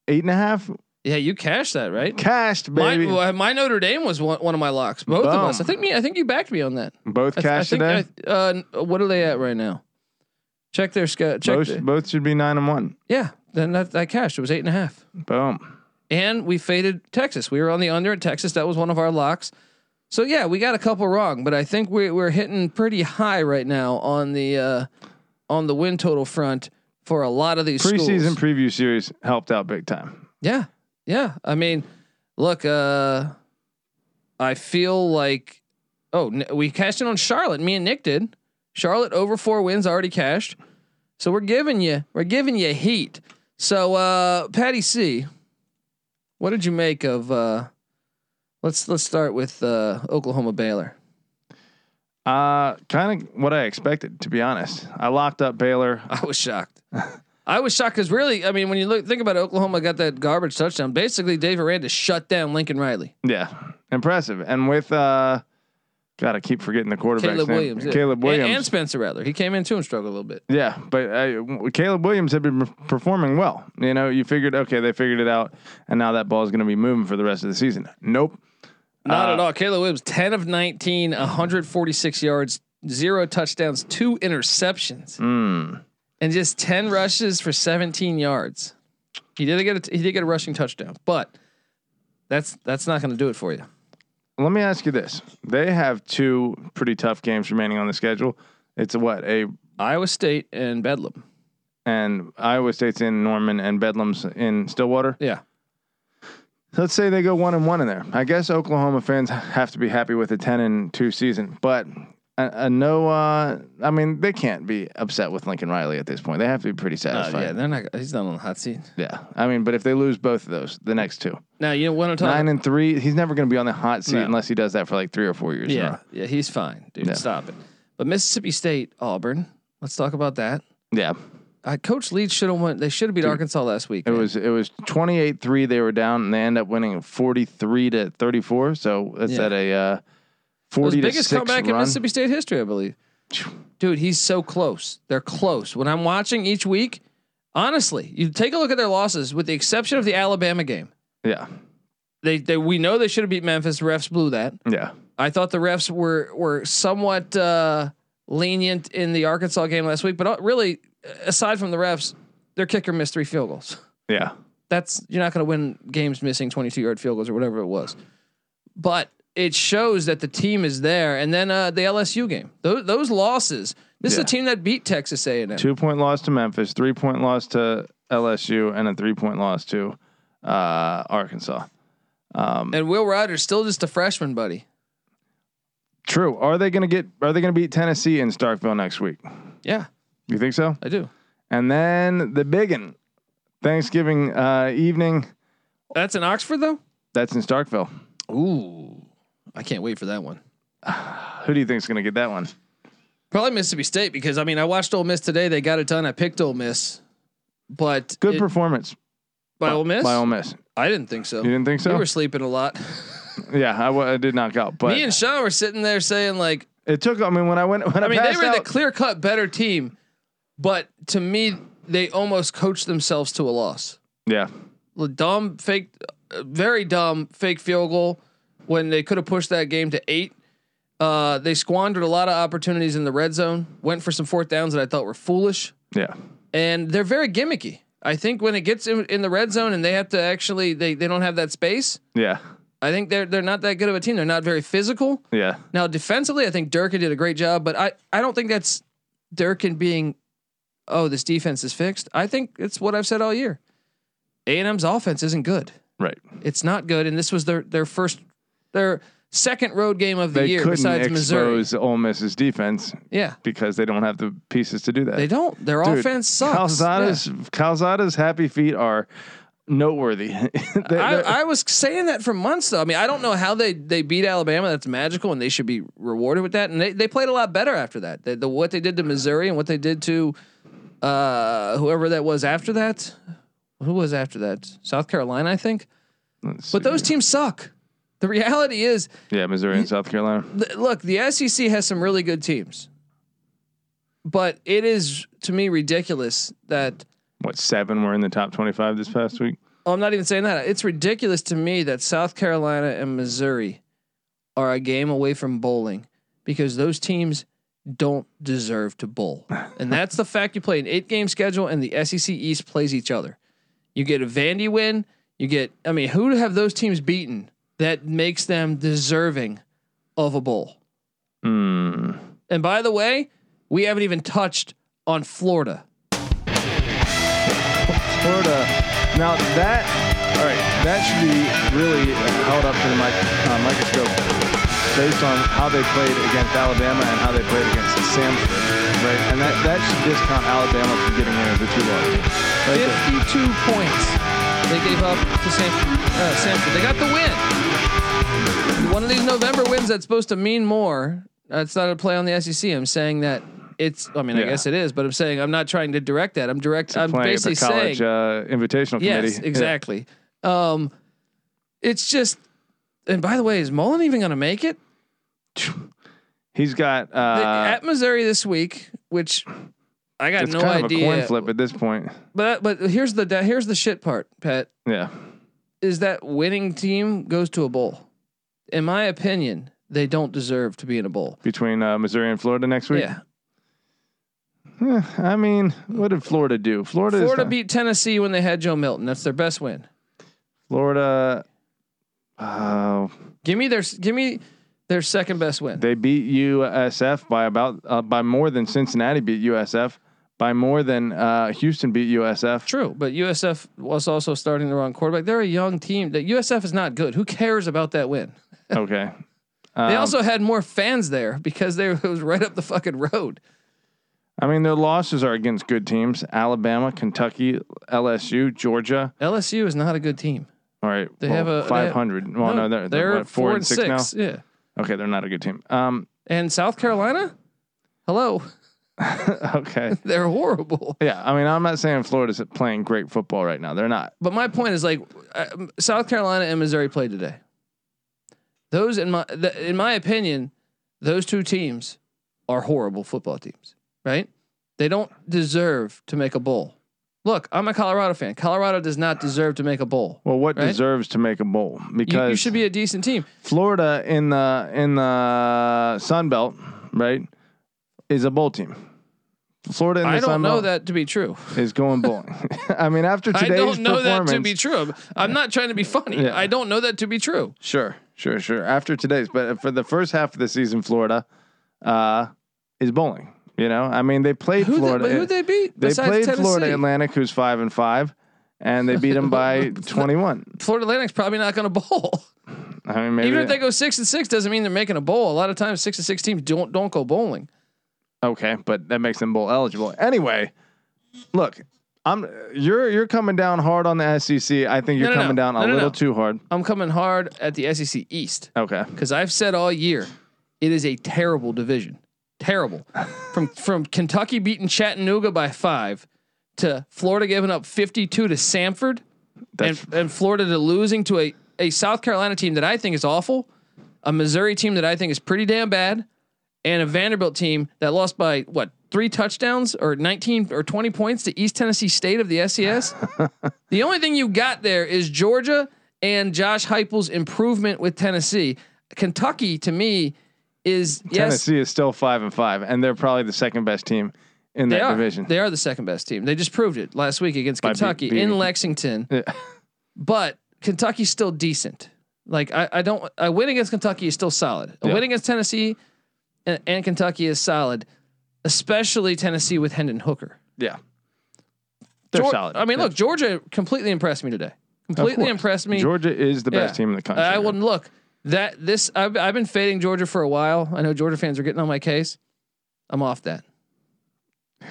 [SPEAKER 3] eight and a half
[SPEAKER 1] Yeah, you cashed that, right?
[SPEAKER 3] cashed
[SPEAKER 1] My,
[SPEAKER 3] baby?
[SPEAKER 1] well, my Notre Dame was one, one of my locks. Both of
[SPEAKER 3] Boom.
[SPEAKER 1] us. I think me. I think you backed me on that.
[SPEAKER 3] both
[SPEAKER 1] I th-
[SPEAKER 3] cashed
[SPEAKER 1] I
[SPEAKER 3] today.
[SPEAKER 1] think I, uh, what are they at right now? Check their sc- check.
[SPEAKER 3] both,
[SPEAKER 1] the-
[SPEAKER 3] both should be nine and one.
[SPEAKER 1] Yeah, then that, that cashed. It was eight and a half.
[SPEAKER 3] Boom.
[SPEAKER 1] And we faded Texas. We were on the under at Texas. That was one of our locks. So yeah, we got a couple wrong, but I think we, we're hitting pretty high right now on the uh, on the win total front for a lot of these
[SPEAKER 3] Preseason
[SPEAKER 1] schools.
[SPEAKER 3] preview series helped out big time.
[SPEAKER 1] yeah, yeah. I mean, look, uh, I feel like oh n- we cashed in on Charlotte. Me and Nick did. Charlotte over four wins already cashed. So we're giving you we're giving you heat. So uh Patty C, what did you make of uh let's let's start with uh Oklahoma Baylor. (laughs)
[SPEAKER 3] Uh kind of what I expected to be honest. I locked up Baylor.
[SPEAKER 1] I was shocked. I was shocked because really, I mean, when you look think about it, Oklahoma got that garbage touchdown. Basically, Dave Aranda shut down Lincoln Riley.
[SPEAKER 3] Yeah, impressive. And with uh, God, I keep forgetting the quarterback.
[SPEAKER 1] Caleb
[SPEAKER 3] name.
[SPEAKER 1] Williams. yeah.
[SPEAKER 3] Caleb
[SPEAKER 1] And-
[SPEAKER 3] Williams.
[SPEAKER 1] And, Spencer Rattler. He came in too and struggled a little bit.
[SPEAKER 3] Yeah, but I, w- Caleb Williams had been per- performing well. You know, you figured, okay, they figured it out, and now that ball is going to be moving for the rest of the season. Nope.
[SPEAKER 1] Not
[SPEAKER 3] Uh,
[SPEAKER 1] at all. Caleb Williams, 10 of 19, 146 yards, zero touchdowns, two interceptions,
[SPEAKER 3] Mm.
[SPEAKER 1] and just 10 rushes for 17 yards. He did get a, he did get a rushing touchdown, but that's that's not going to do it for you.
[SPEAKER 3] Let me ask you this: They have two pretty tough games remaining on the schedule. It's a what a
[SPEAKER 1] Iowa State and Bedlam.
[SPEAKER 3] and Iowa State's in Norman and Bedlam's in Stillwater.
[SPEAKER 1] Yeah.
[SPEAKER 3] Let's say they go one and one in there. I guess Oklahoma fans have to be happy with a ten and two season, but. I, I know. Uh, I mean, they can't be upset with Lincoln Riley at this point. They have to be pretty
[SPEAKER 1] Uh,
[SPEAKER 3] satisfied.
[SPEAKER 1] yeah, they're not he's not on the hot seat.
[SPEAKER 3] Yeah, I mean, but if they lose both of those, the next two,
[SPEAKER 1] Now, you know what I'm talking
[SPEAKER 3] nine and three, he's never going to be on the hot seat
[SPEAKER 1] No.
[SPEAKER 3] unless he does that for like three or four years. in a
[SPEAKER 1] Yeah,
[SPEAKER 3] row.
[SPEAKER 1] yeah, he's fine, dude.
[SPEAKER 3] Yeah.
[SPEAKER 1] Stop it. But Mississippi State, Auburn. Let's talk about that.
[SPEAKER 3] yeah.
[SPEAKER 1] Uh, Coach Leach should have won. They should have beat Arkansas last week.
[SPEAKER 3] It
[SPEAKER 1] man.
[SPEAKER 3] was it was twenty eight three. They were down, and they end up winning forty three to thirty four. So it's
[SPEAKER 1] Yeah.
[SPEAKER 3] at a uh,
[SPEAKER 1] It was
[SPEAKER 3] forty
[SPEAKER 1] the
[SPEAKER 3] to
[SPEAKER 1] biggest
[SPEAKER 3] six
[SPEAKER 1] comeback
[SPEAKER 3] run.
[SPEAKER 1] in Mississippi State history, I believe. Dude, he's so close. They're close. When I'm watching each week, honestly, you take a look at their losses, with the exception of the Alabama game.
[SPEAKER 3] Yeah,
[SPEAKER 1] They, they we know they should have beat Memphis. Refs blew that.
[SPEAKER 3] yeah,
[SPEAKER 1] I thought the refs were were somewhat uh, lenient in the Arkansas game last week, but uh, really, aside from the refs, their kicker missed three field goals. (laughs)
[SPEAKER 3] yeah.
[SPEAKER 1] that's you're not going to win games missing 22 yard field goals or whatever it was. But it shows that the team is there. And then uh, the LSU game, those, those losses. This is
[SPEAKER 3] Yeah.
[SPEAKER 1] a team that beat Texas A&M.
[SPEAKER 3] Two point loss to Memphis, three point loss to LSU, and a three point loss to uh, Arkansas. Um,
[SPEAKER 1] And Will Ryder's still just a freshman, buddy.
[SPEAKER 3] True. Are they going to get? Are they going to beat Tennessee in Starkville next week?
[SPEAKER 1] Yeah,
[SPEAKER 3] You think so?
[SPEAKER 1] I do.
[SPEAKER 3] And then the biggin, Thanksgiving uh, evening.
[SPEAKER 1] That's in Oxford though.
[SPEAKER 3] That's in Starkville.
[SPEAKER 1] Ooh, I can't wait for that one.
[SPEAKER 3] Who do you think's going to get that one?
[SPEAKER 1] Probably Mississippi State because I mean I watched Ole Miss today. They got it done. I picked Ole Miss, but
[SPEAKER 3] Good
[SPEAKER 1] it-
[SPEAKER 3] performance
[SPEAKER 1] by Ole Miss.
[SPEAKER 3] by Ole Miss.
[SPEAKER 1] I didn't think so.
[SPEAKER 3] You didn't think so?
[SPEAKER 1] We were sleeping a lot.
[SPEAKER 3] yeah, I, w- I did knock out, but
[SPEAKER 1] Me and Sean were sitting there saying like,
[SPEAKER 3] it took. I mean, when I went, when I,
[SPEAKER 1] I mean, they
[SPEAKER 3] passed
[SPEAKER 1] were the
[SPEAKER 3] out,
[SPEAKER 1] clear cut better team, but to me, they almost coached themselves to a loss.
[SPEAKER 3] yeah,
[SPEAKER 1] The Dumb fake, uh, very dumb fake field goal when they could have pushed that game to eight. Uh, they squandered a lot of opportunities in the red zone. Went for some fourth downs that I thought were foolish,
[SPEAKER 3] yeah,
[SPEAKER 1] and they're very gimmicky. I think when it gets in, in the red zone and they have to actually they they don't have that space.
[SPEAKER 3] yeah,
[SPEAKER 1] I think they're they're not that good of a team. They're not very physical.
[SPEAKER 3] yeah.
[SPEAKER 1] Now defensively, I think Durkin did a great job, but I I don't think that's Durkin being, oh, this defense is fixed. I think it's what I've said all year. A and M's offense isn't good.
[SPEAKER 3] Right.
[SPEAKER 1] It's not good, and this was their their first their second road game of the
[SPEAKER 3] They
[SPEAKER 1] year
[SPEAKER 3] couldn't
[SPEAKER 1] besides Missouri.
[SPEAKER 3] expose Ole Miss's defense
[SPEAKER 1] Yeah,
[SPEAKER 3] because they don't have the pieces to do that.
[SPEAKER 1] they don't. Their
[SPEAKER 3] Dude,
[SPEAKER 1] offense sucks.
[SPEAKER 3] Calzada's Calzada's happy feet are noteworthy. (laughs) They-
[SPEAKER 1] Yeah.
[SPEAKER 3] they're-
[SPEAKER 1] I, I was saying that for months though. I mean, I don't know how they, they beat Alabama. That's magical, and they should be rewarded with that. And they, they played a lot better after that. They, the what they did to Missouri and what they did to uh, whoever that was after that. Who was after that? South Carolina, I think.
[SPEAKER 3] Let's
[SPEAKER 1] But
[SPEAKER 3] see.
[SPEAKER 1] those teams suck. The reality is,
[SPEAKER 3] yeah, Missouri and South Carolina.
[SPEAKER 1] th- look, the SEC has some really good teams, but it is to me ridiculous that
[SPEAKER 3] What seven were in the top twenty-five this past week?
[SPEAKER 1] Oh, I'm not even saying that. It's ridiculous to me that South Carolina and Missouri are a game away from bowling because those teams don't deserve to bowl. And that's the fact you play an eight game schedule and the SEC East plays each other. You get a Vandy win, you get I mean, who have those teams beaten that makes them deserving of a bowl?
[SPEAKER 3] Hmm.
[SPEAKER 1] And by the way, we haven't even touched on Florida.
[SPEAKER 3] Florida. Now that, all right, that should be really held up to the mic, uh, microscope based on how they played against Alabama and how they played against Samford, right? And that, that should discount Alabama from getting in as a two-loss team. Right there.
[SPEAKER 1] 52 points they gave up to San, uh, Sanford. They got the win. One of these November wins that's supposed to mean more. That's not a play on the SEC. I'm saying that it's. I mean, I
[SPEAKER 3] Yeah.
[SPEAKER 1] guess it is, but I'm saying I'm not trying to direct that. I'm direct. I'm
[SPEAKER 3] Playing at
[SPEAKER 1] basically
[SPEAKER 3] the college
[SPEAKER 1] saying
[SPEAKER 3] uh, invitational committee.
[SPEAKER 1] yes, exactly. Um, it's just. And by the way, is Mullen even going to make it?
[SPEAKER 3] Yeah. He's got
[SPEAKER 1] They-
[SPEAKER 3] uh,
[SPEAKER 1] at Missouri this week, which I got
[SPEAKER 3] it's
[SPEAKER 1] no
[SPEAKER 3] kind
[SPEAKER 1] idea.
[SPEAKER 3] of a coin flip at this point.
[SPEAKER 1] But but here's the da- here's the shit part, Pat.
[SPEAKER 3] Yeah,
[SPEAKER 1] is that winning team goes to a bowl. In my opinion, they don't deserve to be in a bowl.
[SPEAKER 3] between uh, Missouri and Florida next week.
[SPEAKER 1] Yeah.
[SPEAKER 3] Eh, I mean, what did Florida do? Florida. is
[SPEAKER 1] Florida
[SPEAKER 3] not-
[SPEAKER 1] beat Tennessee when they had Joe Milton. That's their best win.
[SPEAKER 3] Florida. Oh,
[SPEAKER 1] Give me their give me their second best win.
[SPEAKER 3] They beat USF by about uh, by more than Cincinnati beat USF by more than uh, Houston beat USF.
[SPEAKER 1] True, but USF was also starting the wrong quarterback. They're a young team. That USF is not good. Who cares about that win?
[SPEAKER 3] (laughs) Okay.
[SPEAKER 1] They
[SPEAKER 3] Um,
[SPEAKER 1] also had more fans there because they (laughs) it was right up the fucking road.
[SPEAKER 3] I mean, their losses are against good teams: Alabama, Kentucky, LSU, Georgia.
[SPEAKER 1] LSU is not a good team.
[SPEAKER 3] All right,
[SPEAKER 1] They have a- they
[SPEAKER 3] five hundred. Well, no, they're, they're, what, four, and six,
[SPEAKER 1] Yeah,
[SPEAKER 3] now. Okay, they're not a good team. Um, (laughs)
[SPEAKER 1] and South Carolina, hello, (laughs)
[SPEAKER 3] okay.
[SPEAKER 1] they're horrible.
[SPEAKER 3] Yeah, I mean, I'm not saying Florida's playing great football right now. They're not.
[SPEAKER 1] But my point is like uh, South Carolina and Missouri played today. Those in my the, in my opinion, those two teams are horrible football teams, right? They don't deserve to make a bowl. Look, I'm a Colorado fan. Colorado does not deserve to make a bowl.
[SPEAKER 3] Well, what
[SPEAKER 1] Right?
[SPEAKER 3] deserves to make a bowl?
[SPEAKER 1] You,
[SPEAKER 3] Because
[SPEAKER 1] you should be a decent team.
[SPEAKER 3] Florida in the in the Sun Belt, right, is a bowl team. Florida in the
[SPEAKER 1] I don't
[SPEAKER 3] Sun
[SPEAKER 1] know
[SPEAKER 3] Belt
[SPEAKER 1] that to be true.
[SPEAKER 3] is going bowling. (laughs) I mean,
[SPEAKER 1] (laughs)
[SPEAKER 3] after
[SPEAKER 1] I
[SPEAKER 3] today's
[SPEAKER 1] don't know that
[SPEAKER 3] performance,
[SPEAKER 1] to be true. I'm- I'm not trying to be funny.
[SPEAKER 3] Yeah.
[SPEAKER 1] I don't know that to be true.
[SPEAKER 3] sure, sure, sure. After today's, but for the first half of the season, Florida uh, is bowling. You know, I mean, they played
[SPEAKER 1] Who they,
[SPEAKER 3] Florida.
[SPEAKER 1] but who they beat?
[SPEAKER 3] they
[SPEAKER 1] besides
[SPEAKER 3] played
[SPEAKER 1] Tennessee?
[SPEAKER 3] Florida Atlantic, who's
[SPEAKER 1] (laughs)
[SPEAKER 3] five and five, and they beat them by twenty-one.
[SPEAKER 1] Florida Atlantic's probably not going to bowl. (laughs)
[SPEAKER 3] I mean, maybe
[SPEAKER 1] Even if they go six and six, doesn't mean they're making a bowl. A lot of times, six and six teams don't don't go bowling.
[SPEAKER 3] Okay, but that makes them bowl eligible. Anyway, look, I'm you're you're coming down hard on the SEC. I think you're
[SPEAKER 1] No, no, no.
[SPEAKER 3] coming down a
[SPEAKER 1] No, no, no.
[SPEAKER 3] little too hard.
[SPEAKER 1] I'm coming hard at the SEC East
[SPEAKER 3] Okay.
[SPEAKER 1] because I've said all year it is a terrible division. Terrible. from from Kentucky beating Chattanooga by five to Florida giving up 52 to Samford and,
[SPEAKER 3] That's
[SPEAKER 1] and Florida to losing to a, a South Carolina team that I think is awful, a Missouri team that I think is pretty damn bad, and a Vanderbilt team that lost by what three touchdowns or 19 or 20 points to East Tennessee State of the
[SPEAKER 3] (laughs)
[SPEAKER 1] SES. the only thing you got there is Georgia and Josh Heupel's improvement with Tennessee. Kentucky to me is yes
[SPEAKER 3] Tennessee is still five and five, and they're probably the second best team in
[SPEAKER 1] they
[SPEAKER 3] that
[SPEAKER 1] are
[SPEAKER 3] division.
[SPEAKER 1] they are the second best team. They just proved it last week against
[SPEAKER 3] By be-
[SPEAKER 1] Kentucky
[SPEAKER 3] beating-
[SPEAKER 1] in Lexington.
[SPEAKER 3] Yeah.
[SPEAKER 1] but Kentucky's still decent. Like I, I don't a win against Kentucky is still solid. A
[SPEAKER 3] Yeah.
[SPEAKER 1] win against Tennessee and, and Kentucky is solid, especially Tennessee with Hendon Hooker.
[SPEAKER 3] yeah. They're
[SPEAKER 1] Geor-
[SPEAKER 3] solid.
[SPEAKER 1] I mean,
[SPEAKER 3] Yeah.
[SPEAKER 1] look, Georgia completely impressed me today. Completely
[SPEAKER 3] course.
[SPEAKER 1] impressed me.
[SPEAKER 3] Georgia is the best
[SPEAKER 1] Yeah.
[SPEAKER 3] team in the country.
[SPEAKER 1] I
[SPEAKER 3] man.
[SPEAKER 1] wouldn't look that this. I've, I've been fading Georgia for a while. I know Georgia fans are getting on my case. I'm off that.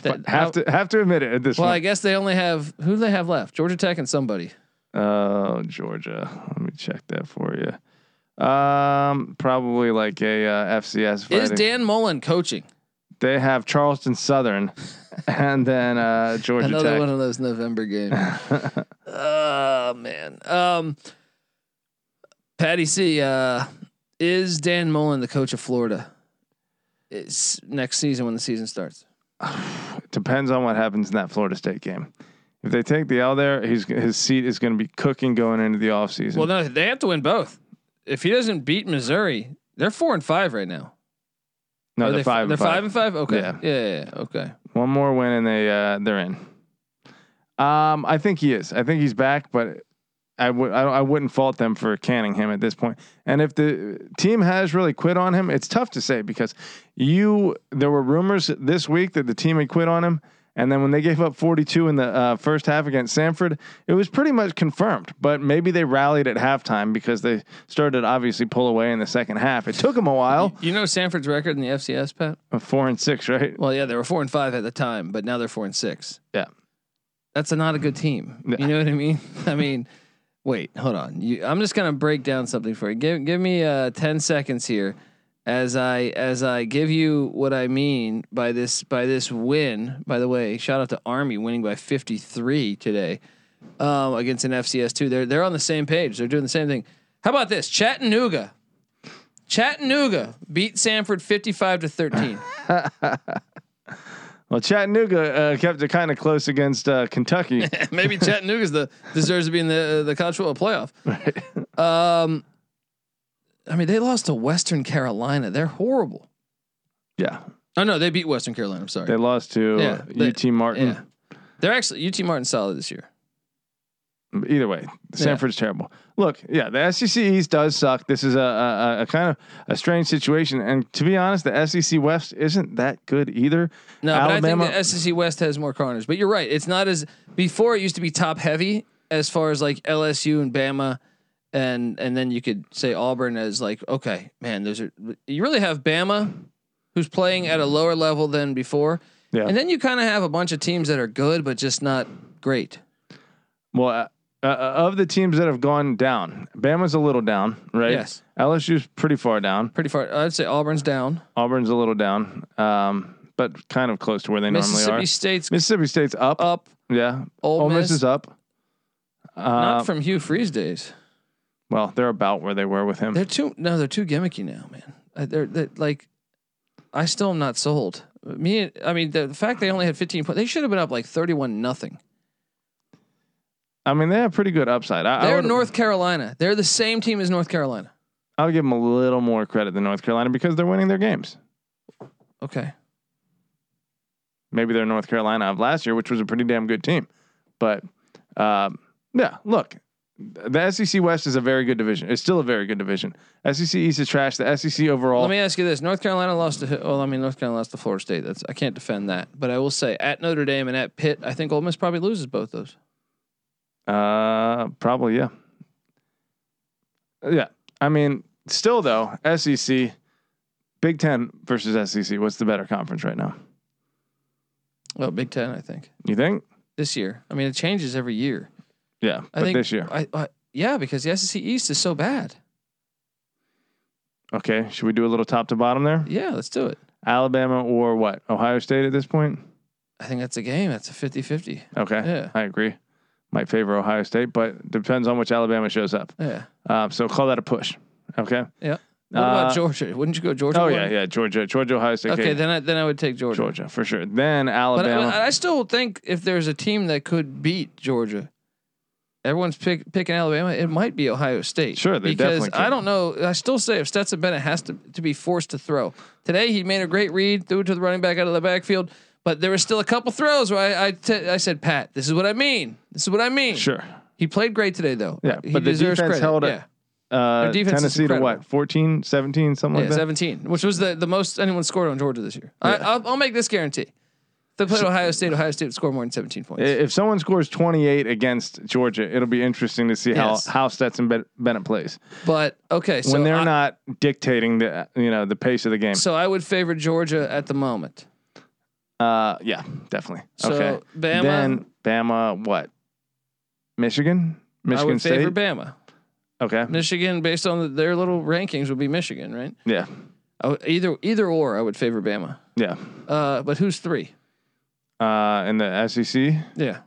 [SPEAKER 3] But
[SPEAKER 1] That-
[SPEAKER 3] have to have to admit it at this
[SPEAKER 1] Well, I
[SPEAKER 3] point.
[SPEAKER 1] guess they only have who do they have left? Georgia Tech and somebody.
[SPEAKER 3] Oh, Georgia. Let me check that for you. Um, probably like a uh, FCS.
[SPEAKER 1] Is
[SPEAKER 3] fighting-
[SPEAKER 1] Dan Mullen coaching?
[SPEAKER 3] they have Charleston Southern, (laughs) and then uh,
[SPEAKER 1] (laughs)
[SPEAKER 3] Georgia
[SPEAKER 1] Another
[SPEAKER 3] Tech.
[SPEAKER 1] one of those November games.
[SPEAKER 3] (laughs)
[SPEAKER 1] oh man. Um, Patty C. Uh, is Dan Mullen the coach of Florida? It's next season when the season starts.
[SPEAKER 3] Depends on what happens in that Florida State game. If they take the L there, he's his seat is going to be cooking going into the offseason.
[SPEAKER 1] Well, no, they have to win both. If he doesn't beat Missouri, they're four and five right now.
[SPEAKER 3] no,
[SPEAKER 1] Are
[SPEAKER 3] they're
[SPEAKER 1] they f-
[SPEAKER 3] five. and
[SPEAKER 1] They're
[SPEAKER 3] five.
[SPEAKER 1] five and five. Okay.
[SPEAKER 3] Yeah.
[SPEAKER 1] Yeah. yeah, yeah, Okay.
[SPEAKER 3] One more win, and they uh, they're in. Um, I think he is. I think he's back, but I would I, I wouldn't fault them for canning him at this point. And if the team has really quit on him, it's tough to say because you there were rumors this week that the team had quit on him. And then when they gave up 42 in the uh, first half against Sanford, it was pretty much confirmed. But maybe they rallied at halftime because they started to obviously pull away in the second half. It took them
[SPEAKER 1] (laughs)
[SPEAKER 3] a while,
[SPEAKER 1] You know Sanford's record in the FCS, Pat?
[SPEAKER 3] four and six, right?
[SPEAKER 1] Well, yeah, they were four and five at the time, but now they're four and six.
[SPEAKER 3] Yeah.
[SPEAKER 1] that's a, not a good team. You know what I mean? (laughs) I mean, wait, hold on. You, I'm just gonna break down something for you. Give give me uh, ten seconds here, as I as I give you what I mean by this by this win. By the way, shout out to Army winning by 53 today um, against an FCS two. They're they're on the same page. They're doing the same thing. How about this? Chattanooga. Chattanooga beat Sanford 55 to 13.
[SPEAKER 3] Well, Chattanooga uh, kept it kind of close against uh, Kentucky.
[SPEAKER 1] (laughs) Maybe Chattanooga's the deserves to be in the the college football playoff. Um, I mean, they lost to Western Carolina. They're horrible.
[SPEAKER 3] yeah,
[SPEAKER 1] Oh no, they beat Western Carolina. I'm
[SPEAKER 3] they
[SPEAKER 1] sorry.
[SPEAKER 3] lost to
[SPEAKER 1] Yeah, they-
[SPEAKER 3] UT Martin.
[SPEAKER 1] yeah. They're actually UT Martin solid this year.
[SPEAKER 3] Either way, Sanford's terrible. Look, yeah, the SEC East does suck. This is a, a, a- a kind of a strange situation, and to be honest, the SEC West isn't that good either.
[SPEAKER 1] No,
[SPEAKER 3] Alabama.
[SPEAKER 1] but I think the SEC West has more carnage. But you're right. It's not as before. It used to be top heavy as far as like LSU and Bama, and and then you could say Auburn as like okay, man, those are you really have Bama, who's playing at a lower level than before,
[SPEAKER 3] Yeah.
[SPEAKER 1] and then you kind of have a bunch of teams that are good but just not great.
[SPEAKER 3] well, uh, uh, of the teams that have gone down, Bama's a little down, right?
[SPEAKER 1] Yes.
[SPEAKER 3] LSU's pretty far down.
[SPEAKER 1] Pretty far. I'd say Auburn's down.
[SPEAKER 3] Auburn's a little down, um, but kind of close to where they normally
[SPEAKER 1] Mississippi
[SPEAKER 3] are.
[SPEAKER 1] State's
[SPEAKER 3] Mississippi State's up.
[SPEAKER 1] up.
[SPEAKER 3] Yeah.
[SPEAKER 1] Ole
[SPEAKER 3] Ole Miss
[SPEAKER 1] Miss.
[SPEAKER 3] is up. Uh,
[SPEAKER 1] not from Hugh Freeze days.
[SPEAKER 3] Well, they're about where they were with him.
[SPEAKER 1] They're too no, they're too gimmicky now, man. Uh, They're, they're like, I still am not sold. Me, I mean, the, the fact they only had 15 points, they should have been up like 31 nothing.
[SPEAKER 3] I mean, they have pretty good upside. I, I
[SPEAKER 1] They're
[SPEAKER 3] would,
[SPEAKER 1] North Carolina. They're the same team as North Carolina.
[SPEAKER 3] I'll give them a little more credit than North Carolina because they're winning their games.
[SPEAKER 1] Okay,
[SPEAKER 3] Maybe they're North Carolina of last year, which was a pretty damn good team. But um, yeah, look, the SEC West is a very good division. It's still a very good division. SEC East is trash. The SEC overall,
[SPEAKER 1] let me ask you this: North Carolina lost to who- well, I mean, North Carolina lost to Florida State. That's I can't defend that, but I will say at Notre Dame and at Pitt, I think Ole Miss probably loses both those.
[SPEAKER 3] uh, probably yeah, yeah. I mean, still though, SEC, Big Ten versus SEC. What's the better conference right now?
[SPEAKER 1] Well, Big Ten, I think
[SPEAKER 3] You think?
[SPEAKER 1] this year. I mean, it changes every year.
[SPEAKER 3] Yeah,
[SPEAKER 1] I
[SPEAKER 3] but
[SPEAKER 1] think
[SPEAKER 3] this year.
[SPEAKER 1] I, I, yeah, because the SEC East is so bad.
[SPEAKER 3] Okay, should we do a little top to bottom there?
[SPEAKER 1] Yeah, let's do it.
[SPEAKER 3] Alabama or what? Ohio State at this point.
[SPEAKER 1] I think that's a game. That's a 50-50.
[SPEAKER 3] Okay,
[SPEAKER 1] Yeah.
[SPEAKER 3] I agree. Might favor Ohio State, but depends on which Alabama shows up.
[SPEAKER 1] Yeah.
[SPEAKER 3] Um, so call that a push. Okay.
[SPEAKER 1] Yeah. What about
[SPEAKER 3] Uh,
[SPEAKER 1] Georgia? Wouldn't you go Georgia?
[SPEAKER 3] Oh
[SPEAKER 1] one?
[SPEAKER 3] yeah, yeah. Georgia, Georgia, Ohio State.
[SPEAKER 1] Okay,
[SPEAKER 3] Okay,
[SPEAKER 1] then I then I would take Georgia.
[SPEAKER 3] Georgia for sure. Then
[SPEAKER 1] But
[SPEAKER 3] Alabama.
[SPEAKER 1] I, I still think if there's a team that could beat Georgia, everyone's pick, picking Alabama. It might be Ohio State.
[SPEAKER 3] Sure, they
[SPEAKER 1] because
[SPEAKER 3] definitely
[SPEAKER 1] I
[SPEAKER 3] could.
[SPEAKER 1] don't know. I still say if Stetson Bennett has to to be forced to throw today, he made a great read, threw it to the running back out of the backfield. But there was still a couple throws where I I, t- I said, Pat, this is what I mean. This is what I mean.
[SPEAKER 3] sure.
[SPEAKER 1] he played great today though.
[SPEAKER 3] Yeah,
[SPEAKER 1] he
[SPEAKER 3] but the
[SPEAKER 1] deserves
[SPEAKER 3] defense
[SPEAKER 1] credit.
[SPEAKER 3] held it.
[SPEAKER 1] yeah.
[SPEAKER 3] Uh,
[SPEAKER 1] Their defense is
[SPEAKER 3] Tennessee to
[SPEAKER 1] incredible.
[SPEAKER 3] what? 14, 17, something
[SPEAKER 1] yeah,
[SPEAKER 3] like that.
[SPEAKER 1] 17, which was the, the most anyone scored on Georgia this year. I,
[SPEAKER 3] Yeah.
[SPEAKER 1] I'll, I'll make this guarantee. If they played Ohio State, Ohio State would score more than 17 points.
[SPEAKER 3] I- If someone scores 28 against Georgia, it'll be interesting to see how
[SPEAKER 1] Yes.
[SPEAKER 3] how Stetson Ben- Bennett plays
[SPEAKER 1] but okay, so
[SPEAKER 3] when they're
[SPEAKER 1] I,
[SPEAKER 3] not dictating the you know the pace of the game.
[SPEAKER 1] So I would favor Georgia at the moment.
[SPEAKER 3] uh, yeah, definitely.
[SPEAKER 1] So
[SPEAKER 3] okay,
[SPEAKER 1] Bama,
[SPEAKER 3] then Bama, what? Michigan,
[SPEAKER 1] I
[SPEAKER 3] Michigan
[SPEAKER 1] would
[SPEAKER 3] State.
[SPEAKER 1] favor Bama.
[SPEAKER 3] okay,
[SPEAKER 1] Michigan, based on the, their little rankings, would be Michigan, right?
[SPEAKER 3] yeah,
[SPEAKER 1] I would- either either or, I would favor Bama.
[SPEAKER 3] yeah.
[SPEAKER 1] Uh, but who's three?
[SPEAKER 3] Uh, in the SEC,
[SPEAKER 1] Yeah,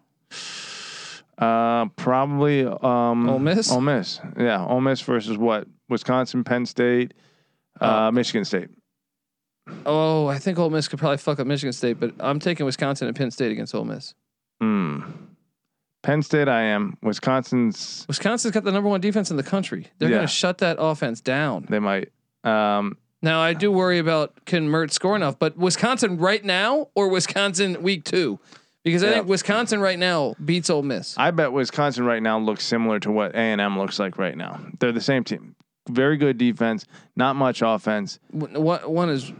[SPEAKER 3] uh, probably um,
[SPEAKER 1] Ole Miss?
[SPEAKER 3] Ole Miss, yeah. Ole Miss versus what? Wisconsin, Penn State, uh, Michigan State.
[SPEAKER 1] Oh, I think Ole Miss could probably fuck up Michigan State, but I'm taking Wisconsin and Penn State against Ole Miss.
[SPEAKER 3] Hmm. Penn State, I am. Wisconsin's,
[SPEAKER 1] Wisconsin's got the number one defense in the country. They're
[SPEAKER 3] Yeah.
[SPEAKER 1] going to shut that offense down.
[SPEAKER 3] they might. Um,
[SPEAKER 1] Now, I do worry about can Mert score enough, but Wisconsin right now or Wisconsin week two? Because I
[SPEAKER 3] Yeah.
[SPEAKER 1] think Wisconsin right now beats Ole Miss.
[SPEAKER 3] I bet Wisconsin right now looks similar to what A and M looks like right now. They're the same team. Very good defense, not much offense.
[SPEAKER 1] W- one- One is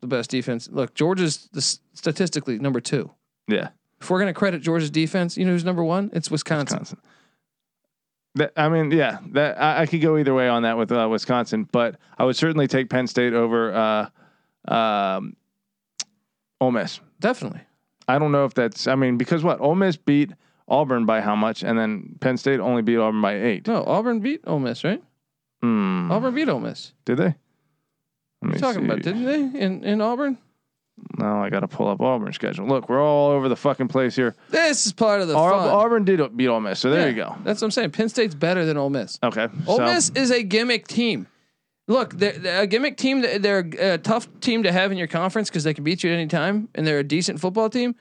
[SPEAKER 1] the best defense. Look, Georgia's the s- statistically number two.
[SPEAKER 3] Yeah,
[SPEAKER 1] If we're going to credit Georgia's defense, you know who's number one? It's Wisconsin.
[SPEAKER 3] Wisconsin. That, I mean, yeah, that I, I could go either way on that with uh, Wisconsin, but I would certainly take Penn State over uh, um, Ole Miss.
[SPEAKER 1] Definitely.
[SPEAKER 3] I don't know if that's. I mean, because what Ole Miss beat Auburn by how much, and then Penn State only beat Auburn by eight.
[SPEAKER 1] No, Auburn beat Ole Miss, right?
[SPEAKER 3] Hmm.
[SPEAKER 1] Auburn beat Ole Miss.
[SPEAKER 3] Did they? What
[SPEAKER 1] What are you talking about? Didn't they in, in Auburn?
[SPEAKER 3] No, I got to pull up Auburn's schedule. Look, we're all over the fucking place here.
[SPEAKER 1] This is part of the
[SPEAKER 3] Au-
[SPEAKER 1] fun.
[SPEAKER 3] Auburn did beat Ole Miss, so there
[SPEAKER 1] Yeah,
[SPEAKER 3] you go.
[SPEAKER 1] That's what I'm saying. Penn State's better than Ole Miss.
[SPEAKER 3] Okay.
[SPEAKER 1] Ole
[SPEAKER 3] so-
[SPEAKER 1] Miss is a gimmick team. Look, they're, they're a gimmick team. They're- They're a tough team to have in your conference because they can beat you at any time, and they're a decent football team.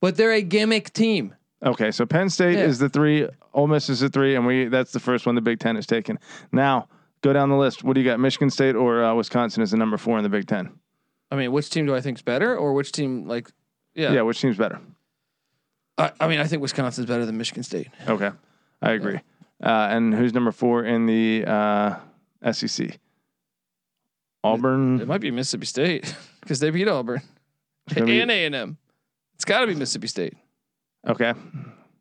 [SPEAKER 1] But they're a gimmick team.
[SPEAKER 3] Okay, so Penn State
[SPEAKER 1] Yeah.
[SPEAKER 3] is the three, Ole Miss is the three, and we that's the first one the Big Ten is taking. Now go down the list. What do you got? Michigan State or uh, Wisconsin is the number four in the Big Ten.
[SPEAKER 1] I mean, which team do I think is better, or which team like? Yeah,
[SPEAKER 3] Yeah, which seems better?
[SPEAKER 1] I, I mean, I think Wisconsin's better than Michigan State.
[SPEAKER 3] Okay, I agree. Uh, and who's number four in the uh, SEC? Auburn.
[SPEAKER 1] It might be Mississippi State (laughs) because they beat Auburn
[SPEAKER 3] gonna be-
[SPEAKER 1] and A and M. It's got to be Mississippi State.
[SPEAKER 3] Okay,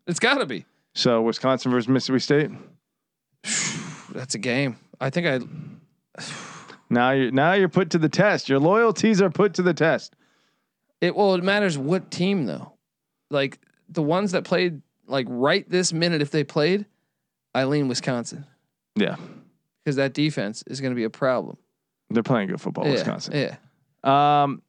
[SPEAKER 1] It's got to be. (sighs)
[SPEAKER 3] so Wisconsin versus Mississippi State.
[SPEAKER 1] That's a game. I think I
[SPEAKER 3] Now you're now you're put to the test. Your loyalties are put to the test.
[SPEAKER 1] It well, it matters what team though. Like the ones that played like right this minute, if they played, I lean Wisconsin
[SPEAKER 3] Yeah,
[SPEAKER 1] because that defense is going to be a problem.
[SPEAKER 3] they're playing good football,
[SPEAKER 1] yeah,
[SPEAKER 3] Oh, Wisconsin.
[SPEAKER 1] Yeah,
[SPEAKER 3] Um,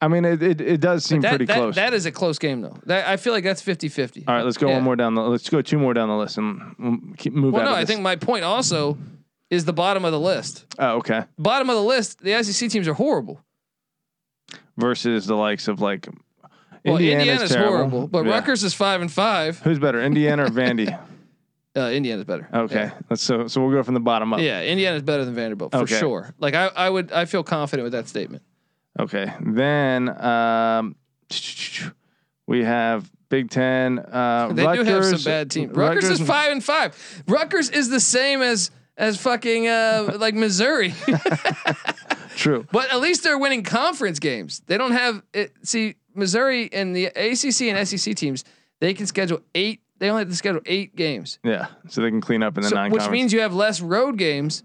[SPEAKER 3] I mean, it it, it does seem
[SPEAKER 1] that,
[SPEAKER 3] pretty
[SPEAKER 1] that-
[SPEAKER 3] close.
[SPEAKER 1] that is a close game though. That I feel like that's 50-50.
[SPEAKER 3] All right, let's go
[SPEAKER 1] Yeah.
[SPEAKER 3] one more down the. Let's go two more down the list and we'll keep move
[SPEAKER 1] Well,
[SPEAKER 3] out
[SPEAKER 1] no,
[SPEAKER 3] of
[SPEAKER 1] I
[SPEAKER 3] this.
[SPEAKER 1] think my point also is the bottom of the list.
[SPEAKER 3] oh, okay.
[SPEAKER 1] Bottom of the list, the SEC teams are horrible.
[SPEAKER 3] Versus the likes of like
[SPEAKER 1] Well,
[SPEAKER 3] Indiana's,
[SPEAKER 1] Indiana's
[SPEAKER 3] terrible.
[SPEAKER 1] horrible, but
[SPEAKER 3] Yeah.
[SPEAKER 1] Rutgers is five and five.
[SPEAKER 3] Who's better, Indiana
[SPEAKER 1] (laughs)
[SPEAKER 3] or Vandy?
[SPEAKER 1] Uh, Indiana's better.
[SPEAKER 3] Okay,
[SPEAKER 1] Yeah.
[SPEAKER 3] let's so so we'll go from the bottom up.
[SPEAKER 1] Yeah, Indiana's better than Vanderbilt for
[SPEAKER 3] Okay.
[SPEAKER 1] sure. Like I, I would, I feel confident with that statement.
[SPEAKER 3] Okay, then um, we have Big Ten. Uh,
[SPEAKER 1] They
[SPEAKER 3] Rutgers,
[SPEAKER 1] do have some bad teams. Rutgers, is five and five. Rutgers is the same as as fucking
[SPEAKER 3] (laughs)
[SPEAKER 1] uh, like Missouri,
[SPEAKER 3] True.
[SPEAKER 1] but at least they're winning conference games. They E don't have it. See, Missouri and the ACC and SEC teams, they can schedule eight They only have to schedule eight games,
[SPEAKER 3] Yeah, so they can clean up in the
[SPEAKER 1] So-
[SPEAKER 3] nine.
[SPEAKER 1] which means you have less road games.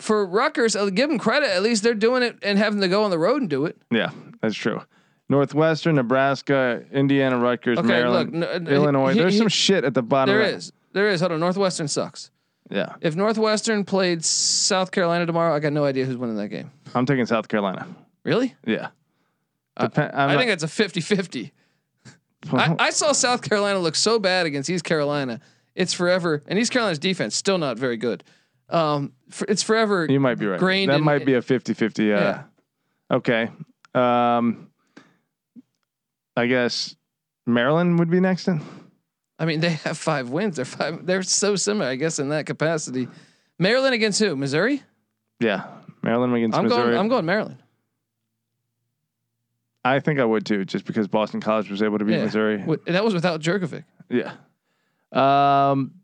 [SPEAKER 1] For Rutgers, I'll give them credit. At least they're doing it and having to go on the road and do it.
[SPEAKER 3] yeah, that's true. Northwestern, Nebraska, Indiana, Rutgers,
[SPEAKER 1] Okay,
[SPEAKER 3] Maryland,
[SPEAKER 1] look, n- n-
[SPEAKER 3] Illinois.
[SPEAKER 1] he-
[SPEAKER 3] There's
[SPEAKER 1] he-
[SPEAKER 3] some shit at the bottom.
[SPEAKER 1] There
[SPEAKER 3] of that.
[SPEAKER 1] is, there is. Hold on, Northwestern sucks.
[SPEAKER 3] Yeah,
[SPEAKER 1] If Northwestern played South Carolina tomorrow, I got no idea who's winning that game.
[SPEAKER 3] I'm taking South Carolina.
[SPEAKER 1] Really?
[SPEAKER 3] Yeah, Depen- I'm
[SPEAKER 1] i
[SPEAKER 3] not- Uh-huh.
[SPEAKER 1] think it's a 50 50.
[SPEAKER 3] (laughs)
[SPEAKER 1] I, I saw South Carolina look so bad against East Carolina. It's forever, and East Carolina's defense still not very good. Um, for, it's forever.
[SPEAKER 3] You might be right.
[SPEAKER 1] Grained
[SPEAKER 3] that
[SPEAKER 1] in-
[SPEAKER 3] might be a 50-50. Uh,
[SPEAKER 1] Yeah.
[SPEAKER 3] Okay. Um, I guess Maryland would be next then.
[SPEAKER 1] I mean, they have five wins. They're five. They're so similar, I guess, in that capacity. Maryland against who? Missouri.
[SPEAKER 3] Yeah, Maryland against
[SPEAKER 1] I'm
[SPEAKER 3] Missouri.
[SPEAKER 1] going. I'm going Maryland.
[SPEAKER 3] I think I would too, just because Boston College was able to beat
[SPEAKER 1] Yeah.
[SPEAKER 3] Missouri.
[SPEAKER 1] Wi- That was without Jerkovic.
[SPEAKER 3] yeah. Um.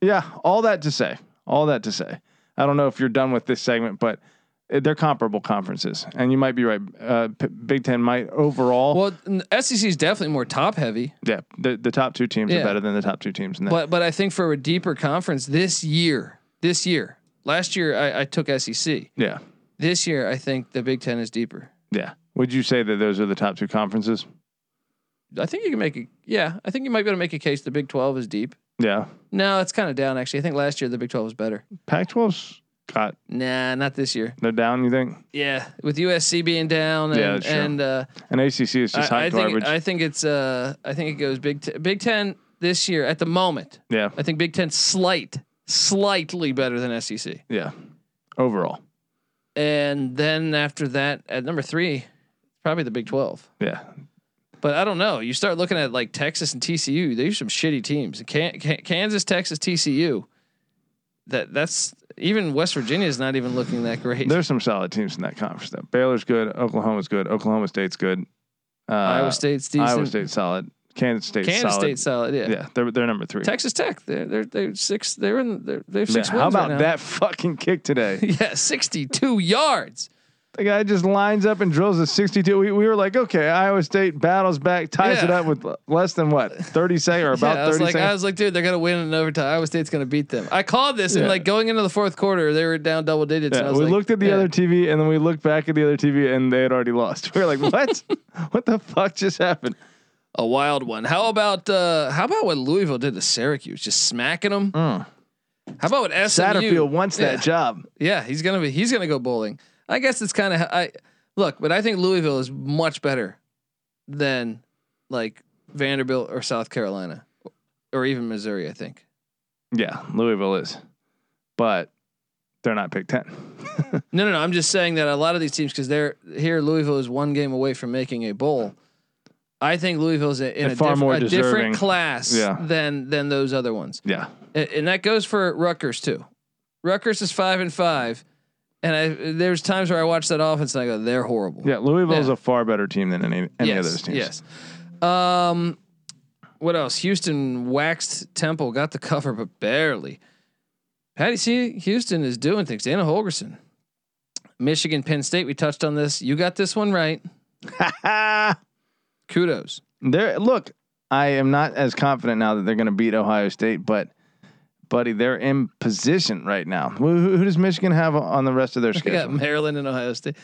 [SPEAKER 3] Yeah. All that to say. All that to say. I don't know if you're done with this segment, but uh, they're comparable conferences, and you might be right. Uh, P- Big Ten might overall.
[SPEAKER 1] Well, n- SEC is definitely more top heavy,
[SPEAKER 3] yeah, the, the top two teams
[SPEAKER 1] Yeah.
[SPEAKER 3] are better than the top two teams in that.
[SPEAKER 1] but but I think for a deeper conference this year, this year, last year I, I took SEC.
[SPEAKER 3] yeah.
[SPEAKER 1] This year I think the Big Ten is deeper.
[SPEAKER 3] Yeah. Would you say that those are the top two conferences?
[SPEAKER 1] I think you can make a yeah. I think you might be able to make a case the Big Twelve is deep.
[SPEAKER 3] Yeah.
[SPEAKER 1] No, it's kind of down actually. I think last year the Big Twelve was better.
[SPEAKER 3] Pac 12's got
[SPEAKER 1] Nah, not this year.
[SPEAKER 3] they're down, you think?
[SPEAKER 1] Yeah, with USC being down and
[SPEAKER 3] Yeah, that's true.
[SPEAKER 1] and uh,
[SPEAKER 3] And ACC is just
[SPEAKER 1] I,
[SPEAKER 3] hot
[SPEAKER 1] I think
[SPEAKER 3] garbage.
[SPEAKER 1] I think it's uh I think it goes Big Ten, Big Ten this year at the moment.
[SPEAKER 3] yeah.
[SPEAKER 1] I think Big Ten slight slightly better than SEC,
[SPEAKER 3] Yeah. Overall.
[SPEAKER 1] and then after that at number three, probably the Big Twelve.
[SPEAKER 3] Yeah.
[SPEAKER 1] But I don't know. You start looking at like Texas and TCU. They're some shitty teams. Can, can, Kansas, Texas, TCU. That that's even West Virginia is not even looking that great.
[SPEAKER 3] There's some solid teams in that conference though. Baylor's good, Oklahoma's good, Oklahoma State's good.
[SPEAKER 1] (laughs)
[SPEAKER 3] Uh,
[SPEAKER 1] Iowa State's decent.
[SPEAKER 3] Iowa State's solid. Kansas State's
[SPEAKER 1] Kansas
[SPEAKER 3] solid.
[SPEAKER 1] State's solid. Yeah.
[SPEAKER 3] yeah. they're they're number three.
[SPEAKER 1] Texas Tech. They're they're they're six. They're in. They're, they're
[SPEAKER 3] Man,
[SPEAKER 1] six
[SPEAKER 3] how
[SPEAKER 1] wins right
[SPEAKER 3] about
[SPEAKER 1] now.
[SPEAKER 3] that fucking kick today?
[SPEAKER 1] (laughs) Yeah, sixty-two yards.
[SPEAKER 3] The guy just lines up and drills a 62. We, we were like, okay, Iowa State battles back, ties it
[SPEAKER 1] Yeah.
[SPEAKER 3] up with l- less than what, 30 seconds or about
[SPEAKER 1] (laughs) yeah, I
[SPEAKER 3] 30
[SPEAKER 1] was like, I
[SPEAKER 3] seconds?
[SPEAKER 1] was like, dude, they're gonna win in overtime. Iowa State's gonna beat them. I called this
[SPEAKER 3] Yeah.
[SPEAKER 1] and like going into the fourth quarter, they were down double digits. and I
[SPEAKER 3] Yeah,
[SPEAKER 1] was
[SPEAKER 3] we
[SPEAKER 1] like,
[SPEAKER 3] looked at the
[SPEAKER 1] yeah.
[SPEAKER 3] other TV and then we looked back at the other TV and they had already lost. (laughs) We
[SPEAKER 1] (laughs)
[SPEAKER 3] were like, what? what the fuck just happened?
[SPEAKER 1] a wild one. How about uh how about what Louisville did to Syracuse, just smacking them? How about what SMU?
[SPEAKER 3] Satterfield wants
[SPEAKER 1] yeah,
[SPEAKER 3] that job.
[SPEAKER 1] Yeah, he's gonna be he's gonna go bowling. I guess it's kind of I look, but I think Louisville is much better than like Vanderbilt or South Carolina or even Missouri. I think.
[SPEAKER 3] Yeah, Louisville is. But they're not Big Ten.
[SPEAKER 1] No, no, no. I'm just saying that a lot of these teams, because they're here, Louisville is one game away from making a bowl. I think Louisville's in
[SPEAKER 3] And
[SPEAKER 1] a,
[SPEAKER 3] far
[SPEAKER 1] diff-
[SPEAKER 3] more
[SPEAKER 1] a
[SPEAKER 3] deserving.
[SPEAKER 1] different class
[SPEAKER 3] Yeah.
[SPEAKER 1] than than those other ones.
[SPEAKER 3] Yeah.
[SPEAKER 1] A- and that goes for Rutgers too. Rutgers is five and five, and I there's times where I watch that offense and I go, they're horrible.
[SPEAKER 3] Yeah, Louisville's
[SPEAKER 1] Yeah.
[SPEAKER 3] a far better team than any, any of those teams.
[SPEAKER 1] Yes. Um, what else? Houston waxed Temple, got the cover, but barely. How do you see Houston is doing things? Dana Holgerson, Michigan, Penn State. We touched on this. You got this one
[SPEAKER 3] (laughs)
[SPEAKER 1] right. Kudos.
[SPEAKER 3] They're look, I am not as confident now that they're going to beat Ohio State, but buddy, they're in position right now. Who, who who does Michigan have on the rest of their
[SPEAKER 1] They got
[SPEAKER 3] schedule?
[SPEAKER 1] Maryland and Ohio State.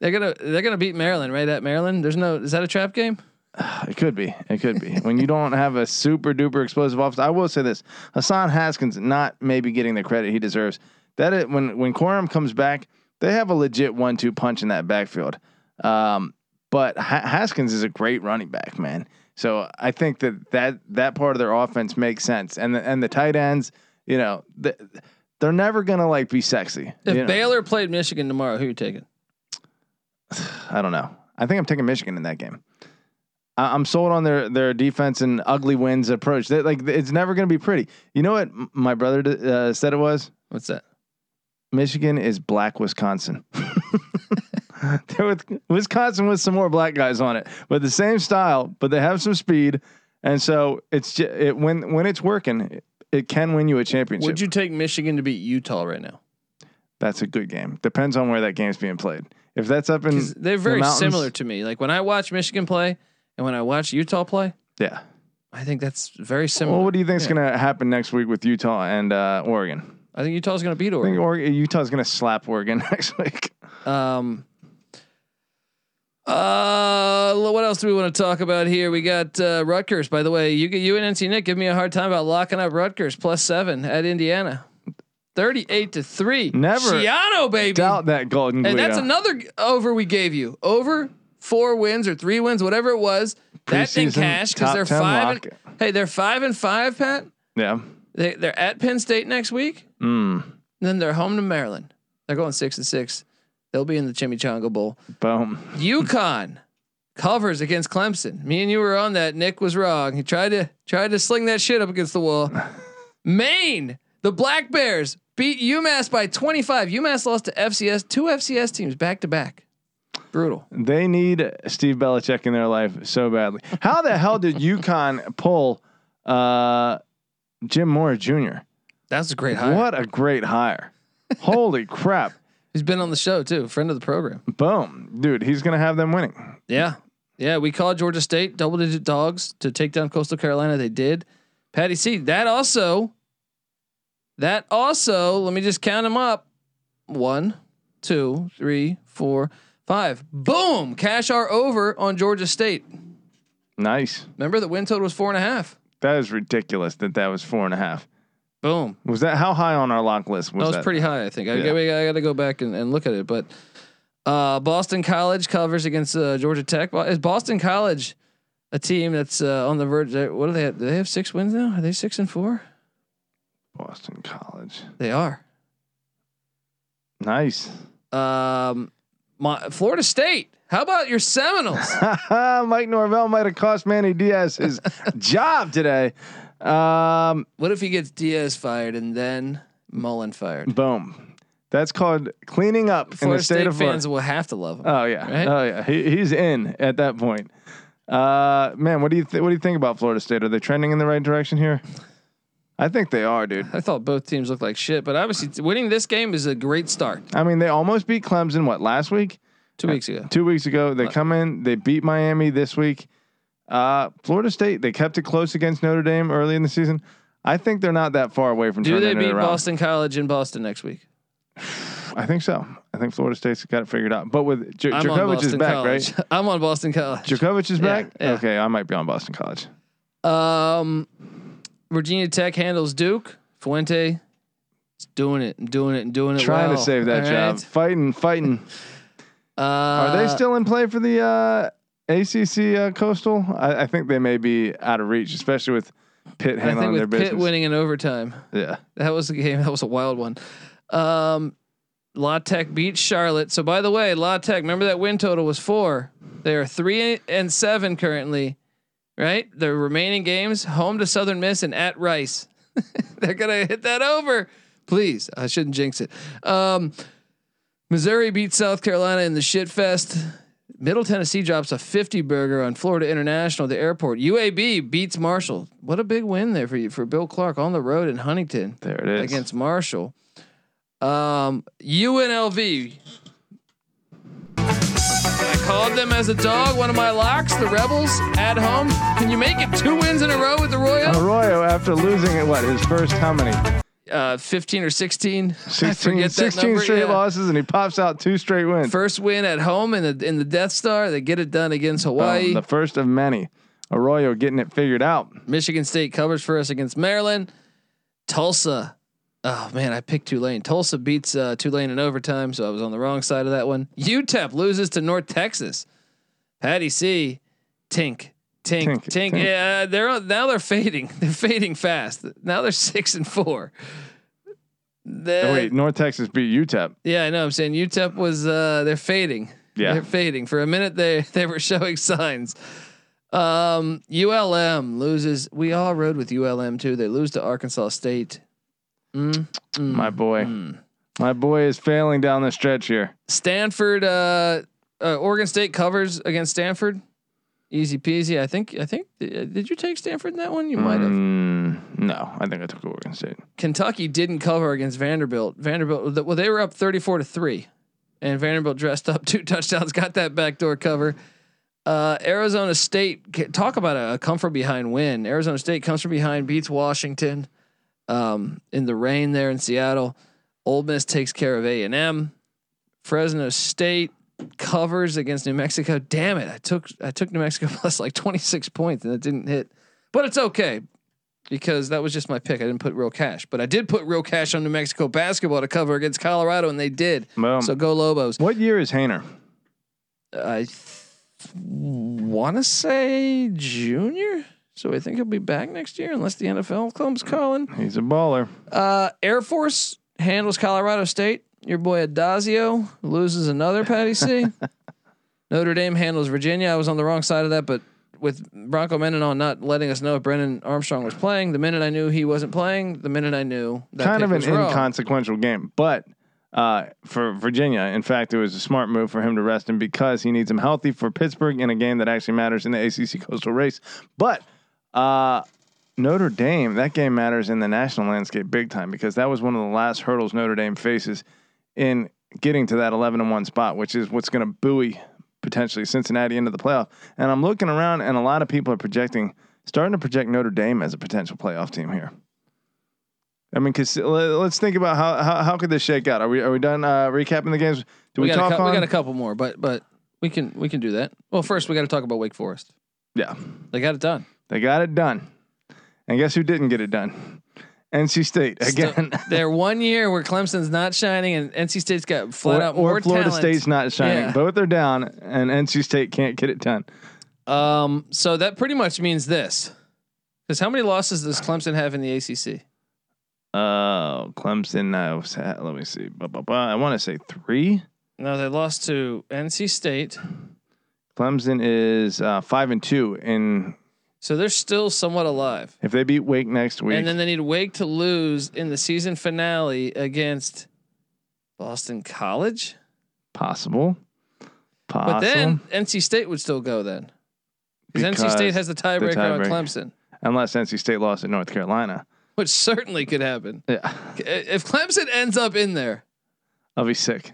[SPEAKER 1] They're gonna they're gonna beat Maryland right at Maryland. There's no is that a trap game?
[SPEAKER 3] (sighs) It could be. It could be. when you don't have a super duper explosive offense, I will say this: Hassan Haskins not maybe getting the credit he deserves. That it, when when Quorum comes back, they have a legit one-two punch in that backfield. Um, but ha- Haskins is a great running back, man. So I think that that that part of their offense makes sense, and the, and the tight ends, you know, th- they're never gonna like be sexy.
[SPEAKER 1] If
[SPEAKER 3] you know?
[SPEAKER 1] Baylor played Michigan tomorrow, who you taking?
[SPEAKER 3] I don't know. I think I'm taking Michigan in that game. I- I'm sold on their their defense and ugly wins approach. That like it's never going to be pretty. You know what m- my brother d- uh, said it was?
[SPEAKER 1] What's that?
[SPEAKER 3] Michigan is black Wisconsin. (laughs) They're with Wisconsin with some more black guys on it, but the same style. But they have some speed, and so it's just, it when when it's working, it, it can win you a championship.
[SPEAKER 1] Would you take Michigan to beat Utah right now?
[SPEAKER 3] That's a good game. Depends on where that game's being played. If that's up in
[SPEAKER 1] 'Cause They're
[SPEAKER 3] Hmm. the
[SPEAKER 1] very
[SPEAKER 3] mountains-
[SPEAKER 1] similar to me. Like when I watch Michigan play and when I watch Utah play,
[SPEAKER 3] yeah,
[SPEAKER 1] I think that's very similar.
[SPEAKER 3] Well, what do you think's
[SPEAKER 1] Yeah.
[SPEAKER 3] going to happen next week with Utah and uh, Oregon?
[SPEAKER 1] I think Utah's going to beat
[SPEAKER 3] I think
[SPEAKER 1] Oregon.
[SPEAKER 3] or- Utah's going to slap Oregon (laughs) next week.
[SPEAKER 1] Um, uh, what else do we want to talk about here? We got uh, Rutgers. By the way, you you and NC Nick give me a hard time about locking up Rutgers plus seven at Indiana, thirty-eight to three.
[SPEAKER 3] Never
[SPEAKER 1] Shiano baby.
[SPEAKER 3] Doubt that Golden
[SPEAKER 1] Hey,
[SPEAKER 3] Guido.
[SPEAKER 1] that's another g- over we gave you. Over four wins or three wins, whatever it was. That thing
[SPEAKER 3] Preseason
[SPEAKER 1] cash because
[SPEAKER 3] top
[SPEAKER 1] they're
[SPEAKER 3] 10
[SPEAKER 1] five.
[SPEAKER 3] lock.
[SPEAKER 1] And, hey, they're five and five, Pat.
[SPEAKER 3] Yeah.
[SPEAKER 1] They they're at Penn State next week.
[SPEAKER 3] Mm.
[SPEAKER 1] Then they're home to Maryland. They're going six and six. They'll be in the Chimichanga Bowl.
[SPEAKER 3] Boom.
[SPEAKER 1] UConn covers against Clemson. Me and you were on that. Nick was wrong. He tried to tried to sling that shit up against the (laughs) wall. Maine, the Black Bears beat UMass by 25. UMass lost to FCS, two FCS teams back to back. Brutal.
[SPEAKER 3] They need Steve Belichick in their life so badly. How the hell did UConn pull uh, Jim Moore Jr.?
[SPEAKER 1] That's a great hire.
[SPEAKER 3] What a great hire.
[SPEAKER 1] (laughs)
[SPEAKER 3] Holy crap.
[SPEAKER 1] He's been on the show too, friend of the program.
[SPEAKER 3] Boom. Dude, he's going to have them winning.
[SPEAKER 1] Yeah. Yeah, we called Georgia State double digit dogs to take down Coastal Carolina. They did. Patty C, that also, that also, let me just count them up. One, two, three, four, five. Boom! Cash our over on Georgia State.
[SPEAKER 3] Nice.
[SPEAKER 1] Remember the win total was four and a half.
[SPEAKER 3] That is ridiculous that that was four and a half.
[SPEAKER 1] Boom.
[SPEAKER 3] Was that how high on our lock list was
[SPEAKER 1] that was pretty high, I think. I,
[SPEAKER 3] Yeah.
[SPEAKER 1] I, got to go back and, and look at it. But uh, Boston College covers against uh, Georgia Tech. Bo- Is Boston College a team that's uh, on the verge? What do they have? Do they have six wins now? Are they six and four?
[SPEAKER 3] Boston College.
[SPEAKER 1] They are.
[SPEAKER 3] Nice.
[SPEAKER 1] Um, my, Florida State. How about your
[SPEAKER 3] (laughs)
[SPEAKER 1] Seminoles?
[SPEAKER 3] (laughs) Mike Norvell might have cost Manny Diaz his job today. Um,
[SPEAKER 1] what if he gets Diaz fired and then Mullen fired?
[SPEAKER 3] boom. That's called cleaning up in
[SPEAKER 1] Florida
[SPEAKER 3] the state,
[SPEAKER 1] State
[SPEAKER 3] of Florida.
[SPEAKER 1] fans will have to love him.
[SPEAKER 3] Oh yeah.
[SPEAKER 1] Right?
[SPEAKER 3] Oh yeah. He, he's in at that point. Uh, man, what do you th- what do you think about Florida State? Are they trending in the right direction here? I think they are, dude.
[SPEAKER 1] I thought both teams looked like shit, but obviously t- winning this game is a great start.
[SPEAKER 3] I mean, they almost beat Clemson what last week,
[SPEAKER 1] Two weeks ago,
[SPEAKER 3] two weeks ago. They come in, they beat Miami this week. Uh, Florida State, they kept it close against Notre Dame early in the season. I think they're not that far away from
[SPEAKER 1] do they
[SPEAKER 3] turning it
[SPEAKER 1] beat
[SPEAKER 3] around.
[SPEAKER 1] Boston College in Boston next week?
[SPEAKER 3] I think so. I think Florida State's got it figured out. But with J-
[SPEAKER 1] I'm on
[SPEAKER 3] Djokovic is
[SPEAKER 1] Boston
[SPEAKER 3] back,
[SPEAKER 1] College. (laughs)
[SPEAKER 3] right?
[SPEAKER 1] I'm on Boston College.
[SPEAKER 3] Djokovic is
[SPEAKER 1] Yeah,
[SPEAKER 3] back.
[SPEAKER 1] yeah.
[SPEAKER 3] Okay, I might be on Boston College.
[SPEAKER 1] Um, Virginia Tech handles Duke. Fuente, is doing it and doing it and doing it.
[SPEAKER 3] Trying
[SPEAKER 1] Oh, well.
[SPEAKER 3] to save that
[SPEAKER 1] All
[SPEAKER 3] job,
[SPEAKER 1] right. (laughs)
[SPEAKER 3] fighting, fighting.
[SPEAKER 1] Uh,
[SPEAKER 3] Are they still in play for the uh, ACC uh, Coastal? I, I think they may be out of reach, especially with Pitt
[SPEAKER 1] I
[SPEAKER 3] handling
[SPEAKER 1] think
[SPEAKER 3] their
[SPEAKER 1] with Pitt
[SPEAKER 3] business.
[SPEAKER 1] winning in overtime,
[SPEAKER 3] Yeah,
[SPEAKER 1] that was a game. That was a wild one. Um, La Tech beat Charlotte. So by the way, La Tech, remember that win total was four. They are three and seven currently, right? Their remaining games: home to Southern Miss and at Rice. (laughs) They're gonna hit that over. Please, I shouldn't jinx it. Um, Missouri beat South Carolina in the shit fest. Middle Tennessee drops a 50 burger on Florida International at the airport. UAB beats Marshall. What a big win there for you for Bill Clark on the road in Huntington
[SPEAKER 3] there it is.
[SPEAKER 1] against Marshall. Um, UNLV. I called them as a dog. One of my locks, the Rebels at home. Can you make it two wins in a row with the Royals?
[SPEAKER 3] Arroyo, after losing at what his first how many
[SPEAKER 1] Uh, 15 or 16.
[SPEAKER 3] 16, 16 straight
[SPEAKER 1] yeah.
[SPEAKER 3] losses, and he pops out two straight wins.
[SPEAKER 1] First win at home in the in the Death Star. They get it done against Hawaii.
[SPEAKER 3] Um, the first of many. Arroyo getting it figured out.
[SPEAKER 1] Michigan State covers for us against Maryland. Tulsa. Oh man, I picked Tulane. Tulsa beats uh, Tulane in overtime, so I was on the wrong side of that one. UTEP loses to North Texas. Patty C. Tink, tink,
[SPEAKER 3] Tink,
[SPEAKER 1] tink.
[SPEAKER 3] tink.
[SPEAKER 1] Yeah, uh, they're on- now they're fading. (laughs) They're fading fast. Now they're six and four. The-
[SPEAKER 3] Oh, wait, North Texas beat E UTEP.
[SPEAKER 1] yeah, I know. I'm saying UTEP was uh, they're fading.
[SPEAKER 3] Yeah.
[SPEAKER 1] they're fading. For a minute, they (laughs) they were showing signs. Um, ULM loses. We all rode with ULM too. They lose to Arkansas State. Mm, mm,
[SPEAKER 3] My boy,
[SPEAKER 1] mm.
[SPEAKER 3] my boy is failing down the stretch here.
[SPEAKER 1] Stanford. Uh, uh, Oregon State covers against Stanford. Easy peasy. I think. I think. uh, Did you take Stanford in that one? You might have.
[SPEAKER 3] Mm, no, I think I took Oregon State.
[SPEAKER 1] Kentucky didn't cover against Vanderbilt. Vanderbilt, well, they were (laughs) up 34 to three, and Vanderbilt dressed up two touchdowns, got that backdoor cover. Uh, Arizona State, c- talk about a, a come from behind win. Arizona State comes from behind, beats Washington um, in the rain there in Seattle. Old Miss takes care of A and M. Fresno State covers against New Mexico. Damn it! I took I took New Mexico (laughs) plus like 26 points and it didn't hit, but it's okay because that was just my pick. I didn't put real cash, but I did put real cash on New Mexico basketball to cover against Colorado, and they did.
[SPEAKER 3] Boom.
[SPEAKER 1] So go Lobos.
[SPEAKER 3] What year is Hayner?
[SPEAKER 1] I th- want to say junior. So I think he'll be back next year unless the NFL comes calling.
[SPEAKER 3] He's a baller.
[SPEAKER 1] Uh, Air Force handles Colorado State. Your boy Adazio loses another Patty
[SPEAKER 3] (laughs)
[SPEAKER 1] C. Notre Dame handles Virginia. I was on the wrong side of that, but with Bronco Menenon not letting us know if Brennan Armstrong was playing, the minute I knew he wasn't playing, the minute I knew that
[SPEAKER 3] kind
[SPEAKER 1] pick
[SPEAKER 3] of an
[SPEAKER 1] was wrong.
[SPEAKER 3] inconsequential game, but uh, for Virginia, in fact, it was a smart move for him to rest him because he needs him healthy for Pittsburgh in a game that actually matters in the ACC Coastal Race. But uh, Notre Dame, that game matters in the national landscape big time because that was one of the last hurdles Notre Dame faces in getting to that 11 and 1 spot, which is what's going to buoy potentially Cincinnati into the playoff. And I'm looking around, and a lot of people are projecting, starting to project Notre Dame as a potential playoff team here. I mean, cause le- let's think about how how, how could this shake out? Are we are we done uh, recapping the games? Do
[SPEAKER 1] we,
[SPEAKER 3] we,
[SPEAKER 1] got
[SPEAKER 3] talk
[SPEAKER 1] a, cou-
[SPEAKER 3] on?
[SPEAKER 1] we got a couple more, but but we can we can do that. Well, first we got to talk about Wake Forest.
[SPEAKER 3] yeah,
[SPEAKER 1] They got it done.
[SPEAKER 3] they got it done. And guess who didn't get it done? NC State
[SPEAKER 1] Still-
[SPEAKER 3] again, (laughs)
[SPEAKER 1] they're one year where Clemson's not shining and NC State's got flat
[SPEAKER 3] or,
[SPEAKER 1] out
[SPEAKER 3] or
[SPEAKER 1] more
[SPEAKER 3] Florida
[SPEAKER 1] talent.
[SPEAKER 3] State's not shining.
[SPEAKER 1] Yeah.
[SPEAKER 3] Both are down, and NC State can't get it done.
[SPEAKER 1] Um, so that pretty much means this. Because how many losses does Clemson have in the ACC?
[SPEAKER 3] Oh, Clemson. Uh, was at- let me see. Ba, ba, ba. I want to say three.
[SPEAKER 1] No, they lost to NC State.
[SPEAKER 3] Clemson is uh, five and two, and
[SPEAKER 1] So they're still somewhat alive.
[SPEAKER 3] if they beat Wake next week,
[SPEAKER 1] And then they need Wake to lose in the season finale against Boston College.
[SPEAKER 3] possible, possible.
[SPEAKER 1] But then NC State would still go then. Because NC
[SPEAKER 3] Because
[SPEAKER 1] State has the tiebreaker on
[SPEAKER 3] tiebreaker.
[SPEAKER 1] Clemson,
[SPEAKER 3] unless NC State lost at North Carolina.
[SPEAKER 1] which certainly could happen.
[SPEAKER 3] Yeah,
[SPEAKER 1] If Clemson ends up in there,
[SPEAKER 3] I'll
[SPEAKER 1] (laughs)
[SPEAKER 3] be sick.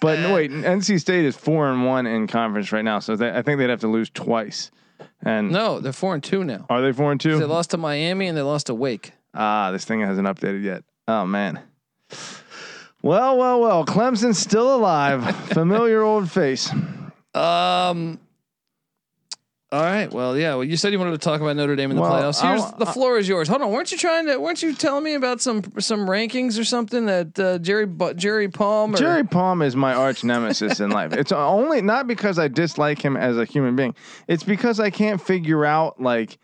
[SPEAKER 3] but no, wait, NC State is four and one in conference right now, so they, I think they'd have to lose twice. And
[SPEAKER 1] no, they're four and two now.
[SPEAKER 3] are they four and
[SPEAKER 1] They
[SPEAKER 3] two?
[SPEAKER 1] lost to Miami and they lost to Wake.
[SPEAKER 3] Ah, this thing hasn't updated yet. Oh man. Well, well, well. Clemson's still alive. Familiar old face.
[SPEAKER 1] Um. All right. Well, yeah. Well, you said you wanted to talk about Notre Dame in the
[SPEAKER 3] Well,
[SPEAKER 1] playoffs. Here's
[SPEAKER 3] I'll-
[SPEAKER 1] the floor is yours. Hold on. weren't you trying to? weren't you telling me about some some rankings or something that uh, Jerry Bu- Jerry Palm or
[SPEAKER 3] Jerry Palm is my arch nemesis in life. It's only not because I dislike him as a human being. It's because I can't figure out like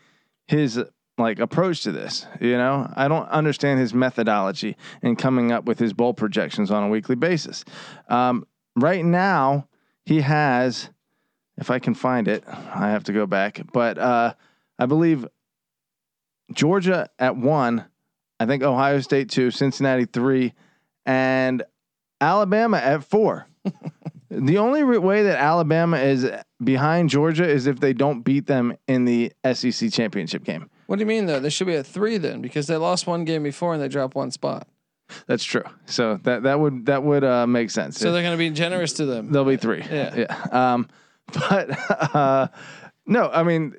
[SPEAKER 3] his like approach to this. You know, I don't understand his methodology in coming up with his bowl projections on a weekly basis. Um, right now, he has, if I can find it, I have to go back. But uh, I believe Georgia at one. I think Ohio State two, Cincinnati three, and Alabama
[SPEAKER 1] (laughs)
[SPEAKER 3] at four. the only re- way that Alabama is behind Georgia is if they don't beat them in the SEC championship game.
[SPEAKER 1] What do you mean though? They should be at three then because they lost one game before and they dropped one spot.
[SPEAKER 3] That's true. So that that would that would uh, make sense.
[SPEAKER 1] So they're going to be generous to them.
[SPEAKER 3] They'll be three.
[SPEAKER 1] Yeah.
[SPEAKER 3] Yeah. Um, but uh, no, I mean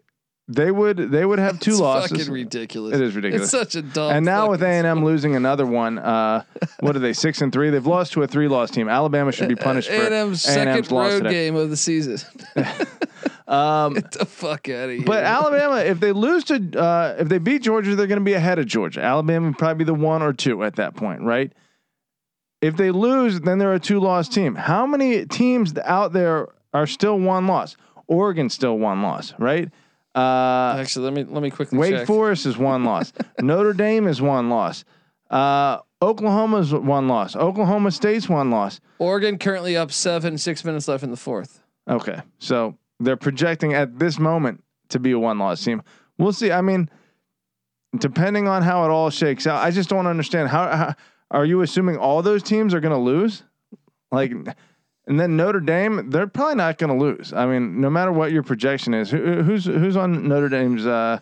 [SPEAKER 3] they would they would have two
[SPEAKER 1] it's
[SPEAKER 3] losses.
[SPEAKER 1] Fucking ridiculous.
[SPEAKER 3] It is
[SPEAKER 1] It's
[SPEAKER 3] ridiculous.
[SPEAKER 1] such a dumb.
[SPEAKER 3] and now with A
[SPEAKER 1] fucking-
[SPEAKER 3] and M losing another one, uh, what are they six and three? They've lost to a three loss team. Alabama should be punished for
[SPEAKER 1] A&M's second
[SPEAKER 3] A&M's loss
[SPEAKER 1] road
[SPEAKER 3] today.
[SPEAKER 1] game of the season.
[SPEAKER 3] (laughs) Um,
[SPEAKER 1] Get the fuck out of here.
[SPEAKER 3] But Alabama, if they lose to, uh, if they beat Georgia, they're going to be ahead of Georgia. Alabama would probably be the one or two at that point, right? If they lose, then they're a two-loss team. How many teams out there are still one loss? Oregon's still one loss, right? Uh,
[SPEAKER 1] actually, let me let me quickly
[SPEAKER 3] Wake
[SPEAKER 1] check.
[SPEAKER 3] Forest is one loss. Notre Dame is one loss. Uh, Oklahoma's one loss. Oklahoma State's one loss.
[SPEAKER 1] Oregon currently up seven, six minutes left in the fourth.
[SPEAKER 3] Okay. So they're projecting at this moment to be a one loss team. We'll see. I mean, depending on how it all shakes out, I just don't understand. How, how are you assuming all those teams are going to lose? Like, and then Notre Dame, they're probably not going to lose. I mean, no matter what your projection is, who, who's who's on Notre Dame's uh,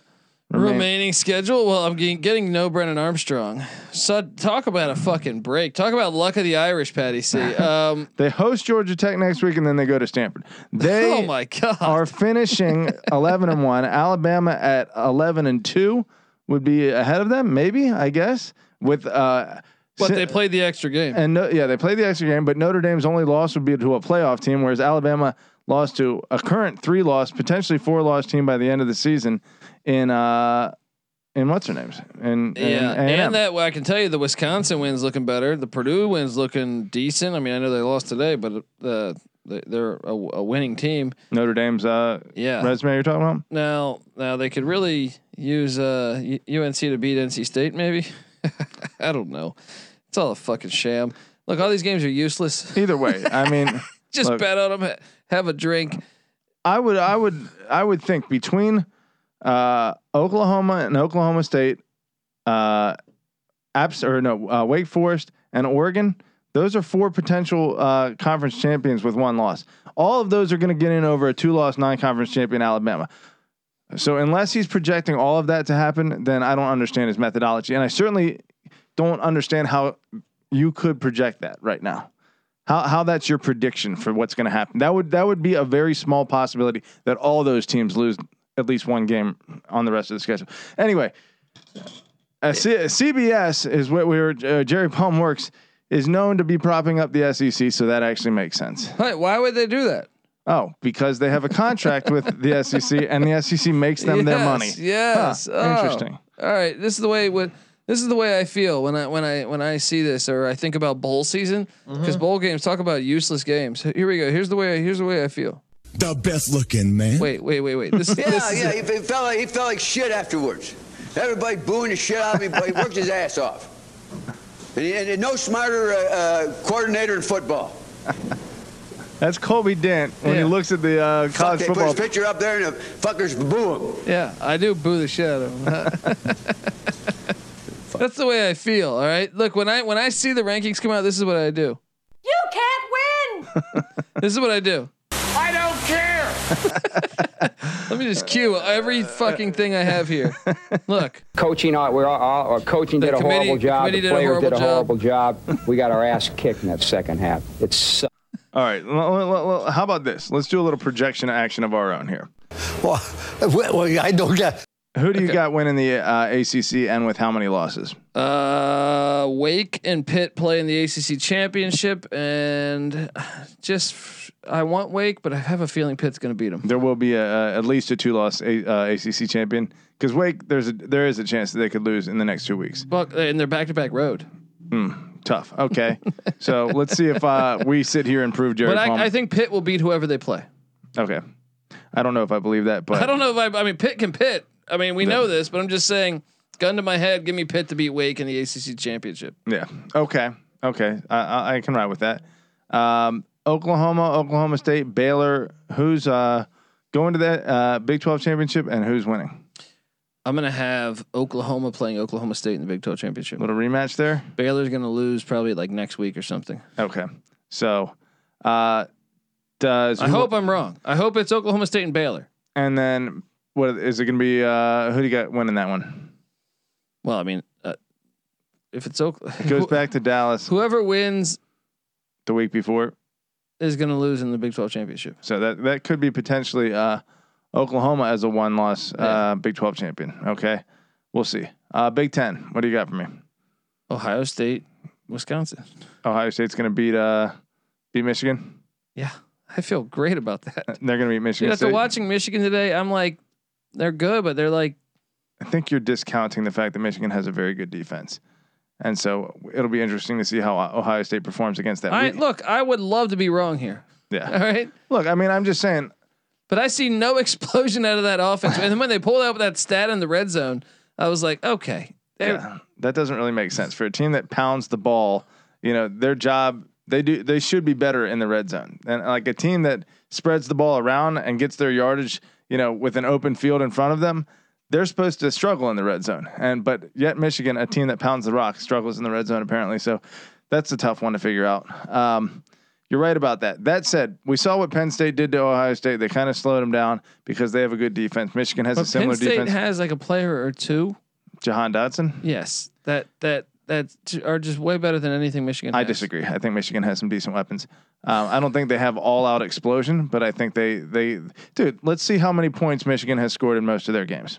[SPEAKER 3] Remain-
[SPEAKER 1] remaining schedule. Well, I'm getting, getting no Brennan Armstrong. So talk about a fucking break. Talk about luck of the Irish, Patty
[SPEAKER 3] (laughs)
[SPEAKER 1] C. Um,
[SPEAKER 3] They host Georgia Tech next week, and then they go
[SPEAKER 1] (laughs)
[SPEAKER 3] to Stanford. They
[SPEAKER 1] oh my god. (laughs)
[SPEAKER 3] are finishing 11 and 1. Alabama at 11 and 2 would be ahead of them, maybe, I guess. With uh
[SPEAKER 1] but
[SPEAKER 3] si-
[SPEAKER 1] they played the extra game.
[SPEAKER 3] and no, yeah, they played the extra game, but Notre Dame's only loss would be to a playoff team whereas Alabama lost to a current 3 loss, potentially 4 loss team by the end of the season in uh in what's her names? And
[SPEAKER 1] Yeah, and that well, I can tell you the Wisconsin win's looking better. The Purdue win's looking decent. I mean, I know they lost today, but uh, they- they're a, a winning team.
[SPEAKER 3] Notre Dame's uh
[SPEAKER 1] Yeah.
[SPEAKER 3] resume you're talking about?
[SPEAKER 1] Now, now they could really use uh, U- UNC to beat NC State. Maybe (laughs) I don't know. It's all a fucking sham. Look, all these games are useless. (laughs)
[SPEAKER 3] Either way, I mean
[SPEAKER 1] Just
[SPEAKER 3] Look.
[SPEAKER 1] bet on them. Have a drink.
[SPEAKER 3] I would I would I would think between uh, Oklahoma and Oklahoma State, uh, Apps or no uh, Wake Forest and Oregon. Those are four potential uh, conference champions with one loss. All of those are going to get in over a two-loss non-conference champion Alabama. So unless he's projecting all of that to happen, then I don't understand his methodology, and I certainly don't understand how you could project that right now how how that's your prediction for what's going to happen. That would that would be a very small possibility that all those teams lose at least one game on the rest of the schedule. Anyway, uh, C- CBS is what we were. Uh, Jerry Palm works is known to be propping up the SEC, so that actually makes sense.
[SPEAKER 1] Why- Why would they do that?
[SPEAKER 3] Oh, because they have a contract with the (laughs) SEC, and the SEC makes them their
[SPEAKER 1] Yes,
[SPEAKER 3] money.
[SPEAKER 1] Yes.
[SPEAKER 3] Huh,
[SPEAKER 1] Oh.
[SPEAKER 3] Interesting.
[SPEAKER 1] All right. This is the way when this is the way I feel when I when I when I see this or I think about bowl season
[SPEAKER 3] Mm-hmm.
[SPEAKER 1] because bowl games talk about useless games. Here we go. Here's the way. Here's the way I feel.
[SPEAKER 4] The best looking man.
[SPEAKER 1] Wait, wait, wait, wait. This,
[SPEAKER 5] (laughs) Yeah,
[SPEAKER 1] this is
[SPEAKER 5] yeah, he, he felt like he felt like shit afterwards. Everybody booing the shit out of him, but he worked his ass off. And, he- and no smarter uh, uh, coordinator in football.
[SPEAKER 3] That's Colby Dent when
[SPEAKER 1] Yeah.
[SPEAKER 3] he looks at the uh,
[SPEAKER 5] Fuck,
[SPEAKER 3] college
[SPEAKER 5] they
[SPEAKER 3] football.
[SPEAKER 5] put his picture up there and the fuckers boo him.
[SPEAKER 1] Yeah, I do boo the shit out of him. (laughs) That's the way I feel. All right. Look, when I when I see the rankings come out, this is what I do.
[SPEAKER 6] You can't win!
[SPEAKER 1] (laughs) This is what I do. I don't care. (laughs) Let me just cue every fucking thing I have here. Look,
[SPEAKER 7] Coaching, uh, we're all, all, or coaching
[SPEAKER 1] The
[SPEAKER 7] did a
[SPEAKER 1] committee-
[SPEAKER 7] horrible
[SPEAKER 1] the
[SPEAKER 7] job.
[SPEAKER 1] committee
[SPEAKER 7] The
[SPEAKER 1] did a
[SPEAKER 7] players did a
[SPEAKER 1] horrible
[SPEAKER 7] horrible job. We got our ass kicked in that second half. It sucked.
[SPEAKER 3] All right, l- l- l- how about this? Let's do a little projection action of our own here.
[SPEAKER 4] Well, (laughs) well, I don't get.
[SPEAKER 3] Who do you got winning the uh, ACC and with how many losses?
[SPEAKER 1] uh, Wake and Pitt play in the ACC championship, and just I want Wake, but I have a feeling Pitt's going to beat them.
[SPEAKER 3] There will be a, a, at least a two-loss a, uh, ACC champion because Wake there's a, there is a chance that they could lose in the next two weeks.
[SPEAKER 1] Fuck, and they're back to back road.
[SPEAKER 3] Tough.
[SPEAKER 1] (laughs)
[SPEAKER 3] Okay, so let's see if uh, we sit here and prove Jerry.
[SPEAKER 1] But
[SPEAKER 3] Palm-
[SPEAKER 1] I, I think Pitt will beat whoever they play.
[SPEAKER 3] okay. I don't know if I believe that, but
[SPEAKER 1] I don't know if I, I mean Pitt can Pitt. I mean we know this, but I'm just saying, gun to my head, give me Pitt to beat Wake in the ACC championship.
[SPEAKER 3] Yeah. Okay. Okay. I, I, I can ride with that. Um, Oklahoma, Oklahoma State, Baylor. Who's uh, going to that uh, Big Twelve championship and who's winning?
[SPEAKER 1] I'm gonna have Oklahoma playing Oklahoma State in the Big 12 championship.
[SPEAKER 3] Little rematch there.
[SPEAKER 1] Baylor's gonna lose probably like next week or something.
[SPEAKER 3] Okay. So, uh, does
[SPEAKER 1] I hope I'm wrong. I hope it's Oklahoma State and Baylor.
[SPEAKER 3] and then what is it going to be? Uh, who do you got winning that one?
[SPEAKER 1] Well, I mean, uh, if it's
[SPEAKER 3] It goes
[SPEAKER 1] Oklahoma,
[SPEAKER 3] back to Dallas
[SPEAKER 1] whoever wins
[SPEAKER 3] the week before,
[SPEAKER 1] is gonna lose in the Big 12 championship.
[SPEAKER 3] so that that could be potentially uh, Oklahoma as a one-loss
[SPEAKER 1] Yeah.
[SPEAKER 3] uh, Big Twelve champion. Okay, we'll see. Uh, Big Ten. What do you got for me?
[SPEAKER 1] Ohio State, Wisconsin.
[SPEAKER 3] Ohio State's going to beat uh, beat Michigan.
[SPEAKER 1] Yeah, I feel great about that.
[SPEAKER 3] They're going to beat Michigan.
[SPEAKER 1] Dude, after
[SPEAKER 3] State.
[SPEAKER 1] watching Michigan today, I'm like, they're good, but they're like.
[SPEAKER 3] I think you're discounting the fact that Michigan has a very good defense, and so it'll be interesting to see how Ohio State performs against that.
[SPEAKER 1] I
[SPEAKER 3] weak-
[SPEAKER 1] look, I would love to be wrong here. (laughs) All
[SPEAKER 3] yeah.
[SPEAKER 1] right.
[SPEAKER 3] Look, I mean, I'm just saying.
[SPEAKER 1] But I see no (laughs) explosion out of that offense. And then when they pulled out that stat in the red zone, I was like, okay. they're-
[SPEAKER 3] Yeah, eh, that doesn't really make sense for a team that pounds the ball. You know, their job they do they should be better in the red zone. And like a team that spreads the ball around and gets their yardage, you know, with an open field in front of them, they're supposed to struggle in the red zone. And but yet Michigan, a team that pounds the rock, struggles in the red zone apparently. So that's a tough one to figure out. Um, You're right about that. That said, we saw what Penn State did to Ohio State. They kind of slowed them down because they have a good defense. Michigan has a
[SPEAKER 1] But Penn
[SPEAKER 3] similar
[SPEAKER 1] State
[SPEAKER 3] defense.
[SPEAKER 1] has like a player or two.
[SPEAKER 3] Jahan Dotson.
[SPEAKER 1] Yes, that that that t- are just way better than anything Michigan.
[SPEAKER 3] I
[SPEAKER 1] has.
[SPEAKER 3] disagree. I think Michigan has some decent weapons. Um, I don't think they have all out explosion, but I think they they dude. Let's see how many points Michigan has scored in most of their games.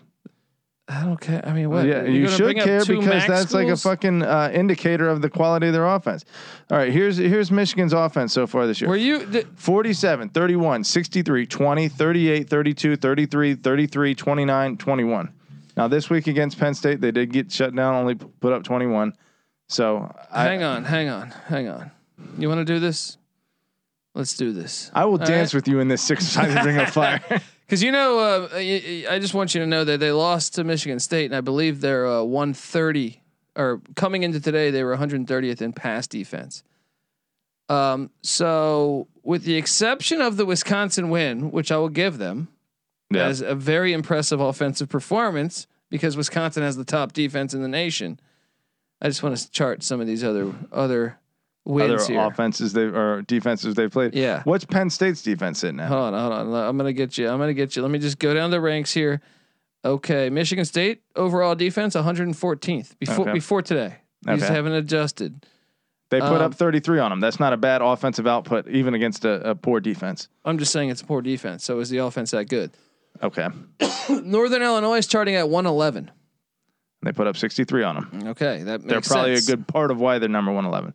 [SPEAKER 1] I don't care. I mean, what?
[SPEAKER 3] Yeah,
[SPEAKER 1] You're
[SPEAKER 3] you
[SPEAKER 1] gonna
[SPEAKER 3] should
[SPEAKER 1] bring up
[SPEAKER 3] care
[SPEAKER 1] two
[SPEAKER 3] because
[SPEAKER 1] MAC
[SPEAKER 3] that's like a
[SPEAKER 1] schools?
[SPEAKER 3] fucking uh, indicator of the quality of their offense. All right, here's here's Michigan's offense so far this year.
[SPEAKER 1] Were you? Th-
[SPEAKER 3] 47, 31, 63, 20, 38, 32, 33, 33, 29, 21. Now this week against Penn State, they did get shut down, only p- put up 21. So I,
[SPEAKER 1] hang on, hang on, hang on. You want to do this? Let's do this.
[SPEAKER 3] I will dance with you in this six-sided ring of
[SPEAKER 1] (laughs)
[SPEAKER 3] fire.
[SPEAKER 1] Because you know, uh, y- y- I just want you to know that they lost to Michigan State, and I believe they're uh, 130 or coming into today they were 130th in pass defense. Um, so with the exception of the Wisconsin win, which I will give them
[SPEAKER 3] Yeah.
[SPEAKER 1] as a very impressive offensive performance, because Wisconsin has the top defense in the nation. I just want to chart some of these other other
[SPEAKER 3] Other
[SPEAKER 1] wins here.
[SPEAKER 3] offenses they or defenses they've played.
[SPEAKER 1] Yeah.
[SPEAKER 3] What's Penn State's defense sitting at?
[SPEAKER 1] Hold on, hold on. I'm gonna get you. I'm gonna get you. Let me just go down the ranks here. Okay, Michigan State overall defense 114th before
[SPEAKER 3] Okay.
[SPEAKER 1] before today. We just
[SPEAKER 3] Okay.
[SPEAKER 1] haven't adjusted.
[SPEAKER 3] They put
[SPEAKER 1] Um,
[SPEAKER 3] up 33 on them. That's not a bad offensive output, even against a, a poor defense.
[SPEAKER 1] I'm just saying it's poor defense. So is the offense that good?
[SPEAKER 3] Okay.
[SPEAKER 1] Northern Illinois is charting at 111.
[SPEAKER 3] They put up 63 on them.
[SPEAKER 1] Okay, that makes
[SPEAKER 3] They're probably
[SPEAKER 1] sense.
[SPEAKER 3] a good part of why they're number 111.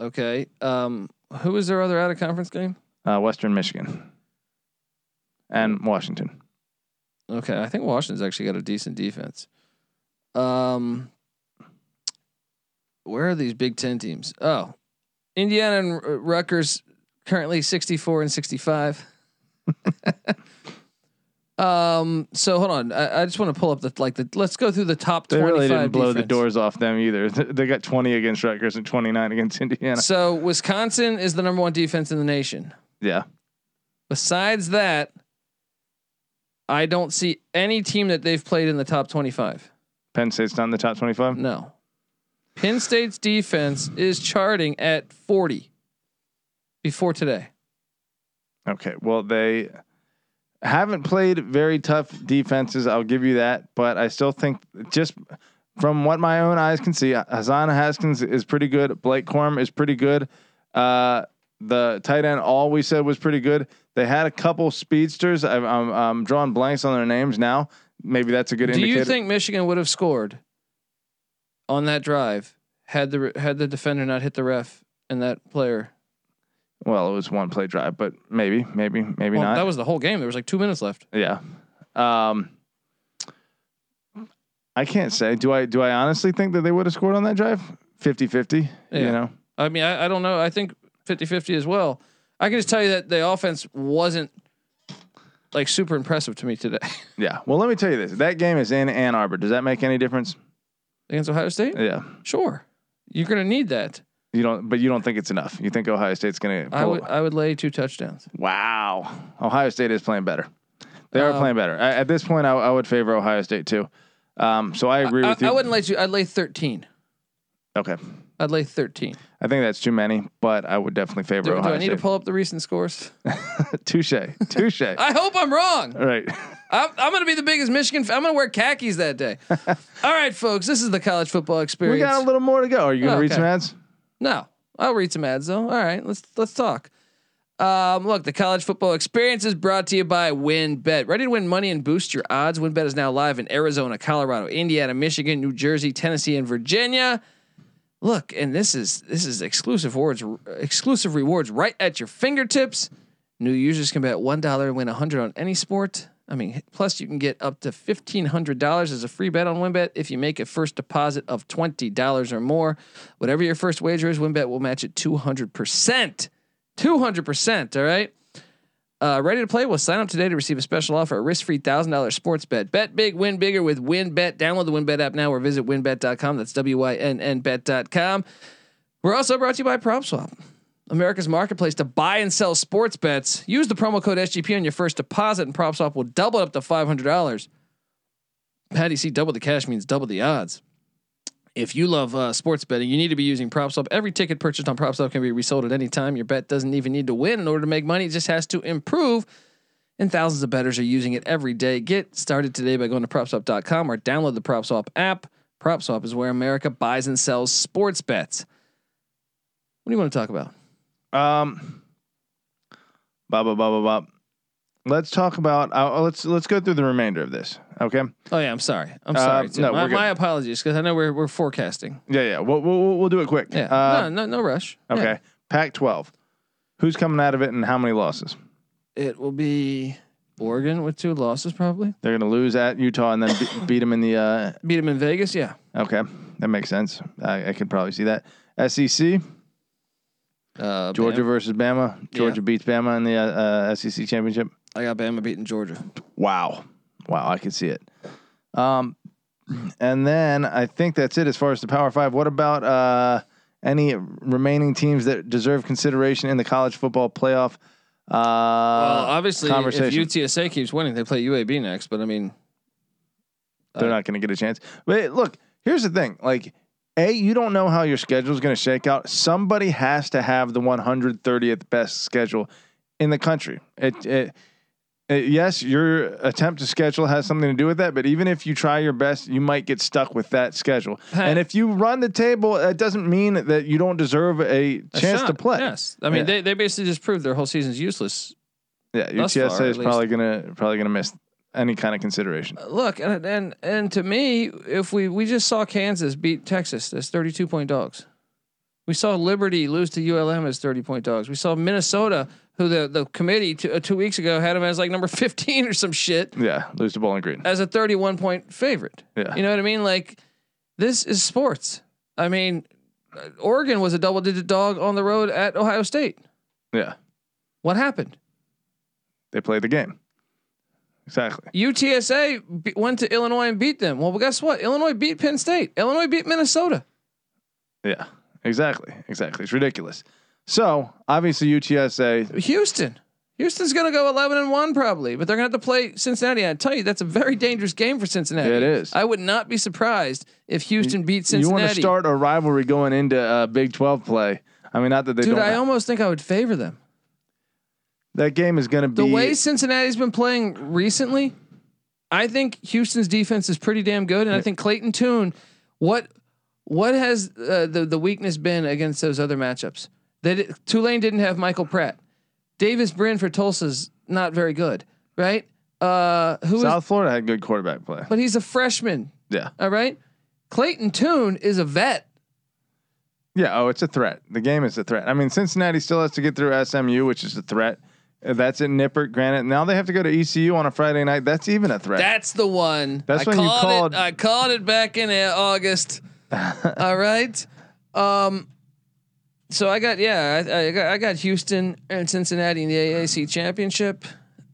[SPEAKER 1] Okay, um, who was their other out of conference game?
[SPEAKER 3] Uh, Western Michigan and Washington.
[SPEAKER 1] Okay, I think Washington's actually got a decent defense. Um, where are these Big Ten teams? Oh, Indiana and R- Rutgers currently sixty-four and sixty-five. (laughs) um. So hold on, I, I just want to pull up the like the. Let's go through the top
[SPEAKER 3] They
[SPEAKER 1] twenty-five.
[SPEAKER 3] really didn't blow the
[SPEAKER 1] defense.
[SPEAKER 3] doors off them either. (laughs) They got 20 against Rutgers and 29 against Indiana.
[SPEAKER 1] So Wisconsin is the number one defense in the nation.
[SPEAKER 3] Yeah.
[SPEAKER 1] Besides that, I don't see any team that they've played in the top twenty-five.
[SPEAKER 3] Penn State's not in the top 25.
[SPEAKER 1] No. Penn State's defense is charting at 40 before today.
[SPEAKER 3] Okay. Well, they haven't played very tough defenses. I'll give you that. But I still think just from what my own eyes can see, Hassan Haskins is pretty good. Blake Corm is pretty good. Uh, the tight end, all we said was pretty good. They had a couple speedsters. I've, I'm, I'm drawing blanks on their names now. Maybe that's a good
[SPEAKER 1] Do
[SPEAKER 3] indicator.
[SPEAKER 1] you think Michigan would have scored on that drive had the had the defender not hit the ref and that player?
[SPEAKER 3] well, it was one play drive, but maybe, maybe, maybe
[SPEAKER 1] Well,
[SPEAKER 3] not.
[SPEAKER 1] that was the whole game. There was like 2 minutes left.
[SPEAKER 3] Yeah. Um I can't say. Do I do I honestly think that they would have scored on that drive? 50-50,
[SPEAKER 1] Yeah.
[SPEAKER 3] you know.
[SPEAKER 1] I mean, I, I don't know. I think 50-50 as well. I can just tell you that the offense wasn't like super impressive to me today (laughs)
[SPEAKER 3] Yeah. Well, let me tell you this. That game is in Ann Arbor. Does that make any difference?
[SPEAKER 1] against Ohio State.
[SPEAKER 3] Yeah.
[SPEAKER 1] Sure. You're going to need that.
[SPEAKER 3] You don't but you don't think it's enough. You think Ohio State's going to
[SPEAKER 1] I would I would lay two touchdowns.
[SPEAKER 3] Wow. Ohio State is playing better. They are
[SPEAKER 1] Um,
[SPEAKER 3] playing better. I, at this point I, I would favor Ohio State too. Um so I agree
[SPEAKER 1] I,
[SPEAKER 3] with you.
[SPEAKER 1] I wouldn't lay two. I'd lay thirteen.
[SPEAKER 3] Okay.
[SPEAKER 1] I'd lay thirteen.
[SPEAKER 3] I think that's too many, but I would definitely favor
[SPEAKER 1] Do, do
[SPEAKER 3] Ohio
[SPEAKER 1] I need to
[SPEAKER 3] State.
[SPEAKER 1] pull up the recent scores?
[SPEAKER 3] (laughs) Touche.
[SPEAKER 1] (laughs)
[SPEAKER 3] Touche.
[SPEAKER 1] I hope I'm
[SPEAKER 3] (laughs)
[SPEAKER 1] wrong.
[SPEAKER 3] All right.
[SPEAKER 1] I'm, I'm going to be the biggest Michigan. Fan. I'm going to wear khakis that day. All right, folks. This is the college football
[SPEAKER 3] We
[SPEAKER 1] experience.
[SPEAKER 3] got a little more to go. Are you going to
[SPEAKER 1] Oh,
[SPEAKER 3] read
[SPEAKER 1] okay.
[SPEAKER 3] some ads?
[SPEAKER 1] No, I'll read some ads though. All right, let's let's talk. Um, look, the college football experience is brought to you by WinBet. Ready to win money and boost your odds? WinBet is now live in Arizona, Colorado, Indiana, Michigan, New Jersey, Tennessee, and Virginia. Look, and this is this is exclusive rewards, exclusive rewards right at your fingertips. New users can bet one dollar and win a hundred on any sport. I mean, plus you can get up to fifteen hundred dollars as a free bet on WinBet if you make a first deposit of twenty dollars or more. Whatever your first wager is, WinBet will match it two hundred percent, two hundred percent. All right. Uh, ready to play? Well, sign up today to receive a special offer, a risk-free thousand dollar sports bet. Bet big, win bigger with WinBet. Download the WinBet app now or visit winbet.com. That's W-Y-N-N bet.com. We're also brought to you by PropSwap. America's marketplace to buy and sell sports bets. Use the promo code SGP on your first deposit, and PropSwap will double it up to five hundred dollars. How do you see double the cash means double the odds? If you love uh, sports betting, you need to be using PropSwap. Every ticket purchased on PropSwap can be resold at any time. Your bet doesn't even need to win in order to make money; it just has to improve. And thousands of bettors are using it every day. Get started today by going to PropSwap.com or download the PropSwap app. PropSwap is where America buys and sells sports bets. What do you want to talk about?
[SPEAKER 3] Um, bop, bop, bop, bop, bop. Let's talk about. Uh, let's let's go through the remainder of this. Okay.
[SPEAKER 1] Oh yeah, I'm sorry. I'm
[SPEAKER 3] Uh,
[SPEAKER 1] sorry. Tim.
[SPEAKER 3] no,
[SPEAKER 1] my,
[SPEAKER 3] we're good.
[SPEAKER 1] my apologies because I know we're we're forecasting.
[SPEAKER 3] Yeah, yeah. We'll we'll, we'll- we'll do it quick.
[SPEAKER 1] Yeah.
[SPEAKER 3] Uh,
[SPEAKER 1] no, no, no rush. Yeah.
[SPEAKER 3] okay. Pac-12. Who's coming out of it, and how many losses?
[SPEAKER 1] It will be Oregon with two losses probably.
[SPEAKER 3] They're going to lose at Utah
[SPEAKER 1] (laughs)
[SPEAKER 3] and then be- beat them in the. Uh,
[SPEAKER 1] Beat them in Vegas. Yeah.
[SPEAKER 3] okay, that makes sense. I, I could probably see that. SEC.
[SPEAKER 1] Uh,
[SPEAKER 3] Georgia
[SPEAKER 1] Bama.
[SPEAKER 3] versus Bama. Georgia beats Bama in the uh, uh, SEC championship.
[SPEAKER 1] I got Bama beating Georgia.
[SPEAKER 3] Wow. Wow, I could see it. Um, and then I think that's it as far as the Power Five. What about uh, any remaining teams that deserve consideration in the college football playoff? Uh,
[SPEAKER 1] well, obviously, if
[SPEAKER 3] conversation.
[SPEAKER 1] UTSA keeps winning, they play UAB next. But I mean,
[SPEAKER 3] They're
[SPEAKER 1] Uh,
[SPEAKER 3] not going to get a chance. But look, here's the thing: like, a, you don't know how your schedule is going to shake out. Somebody has to have the 130th best schedule in the country. It, it, it- yes, your attempt to schedule has something to do with that. But even if you try your best, you might get stuck with that schedule.
[SPEAKER 1] Hey.
[SPEAKER 3] And if you run the table, it doesn't mean that you don't deserve a
[SPEAKER 1] a
[SPEAKER 3] chance to
[SPEAKER 1] shot,
[SPEAKER 3] play.
[SPEAKER 1] Yes. I mean,
[SPEAKER 3] Yeah.
[SPEAKER 1] they, they basically just proved their whole season's useless.
[SPEAKER 3] Yeah,
[SPEAKER 1] Thus far,
[SPEAKER 3] UTSA is
[SPEAKER 1] at Uh,
[SPEAKER 3] probably gonna probably gonna miss any kind of consideration.
[SPEAKER 1] Look, and and and to me, if we we just saw Kansas beat Texas as 32 point dogs, we saw Liberty lose to ULM as 30 point dogs. We saw Minnesota, who the the committee two, uh, two weeks ago had them as like number (laughs) 15 or some shit.
[SPEAKER 3] Yeah, lose to Bowling Green.
[SPEAKER 1] as a 31 point favorite.
[SPEAKER 3] Yeah.
[SPEAKER 1] You know what I mean? Like this is sports. I mean, uh, Oregon was a double digit dog on the road at Ohio State.
[SPEAKER 3] Yeah,
[SPEAKER 1] What happened?
[SPEAKER 3] they played the game. Exactly.
[SPEAKER 1] UTSA be- went to Illinois and beat them. Well, guess what? Illinois beat Penn State. Illinois beat Minnesota.
[SPEAKER 3] Yeah, exactly, exactly. It's ridiculous. So obviously UTSA.
[SPEAKER 1] Houston. Houston's going to go 11 and 1 probably, but they're going to have to play Cincinnati. I tell you, that's a very dangerous game for Cincinnati.
[SPEAKER 3] It is.
[SPEAKER 1] I would not be surprised if Houston beat Cincinnati.
[SPEAKER 3] You want to start a rivalry going into uh, Big Twelve play? I mean, not that they
[SPEAKER 1] Dude,
[SPEAKER 3] don't.
[SPEAKER 1] I
[SPEAKER 3] have-
[SPEAKER 1] almost think I would favor them.
[SPEAKER 3] that game is going to be.
[SPEAKER 1] The way Cincinnati's been playing recently, I think Houston's defense is pretty damn good, and I think Clayton Toon. What what has uh, the the weakness been against those other matchups? That it, Tulane didn't have Michael Pratt, Davis Brin for Tulsa's not very good, right? Uh, who is?
[SPEAKER 3] South Florida had good quarterback play.
[SPEAKER 1] But he's a freshman,
[SPEAKER 3] Yeah,
[SPEAKER 1] all right. Clayton Toon is a vet.
[SPEAKER 3] yeah. Oh, it's a threat. The game is a threat. I mean, Cincinnati still has to get through SMU, which is a threat. Uh, That's at Nippert. Granted, now they have to go to ECU on a Friday night. That's even a threat.
[SPEAKER 1] That's the one.
[SPEAKER 3] That's
[SPEAKER 1] I
[SPEAKER 3] when you
[SPEAKER 1] called
[SPEAKER 3] called-
[SPEAKER 1] It, I called it back in uh,
[SPEAKER 3] (laughs)
[SPEAKER 1] August. All right. Um. So I got yeah I, I got I got Houston and Cincinnati in the AAC championship.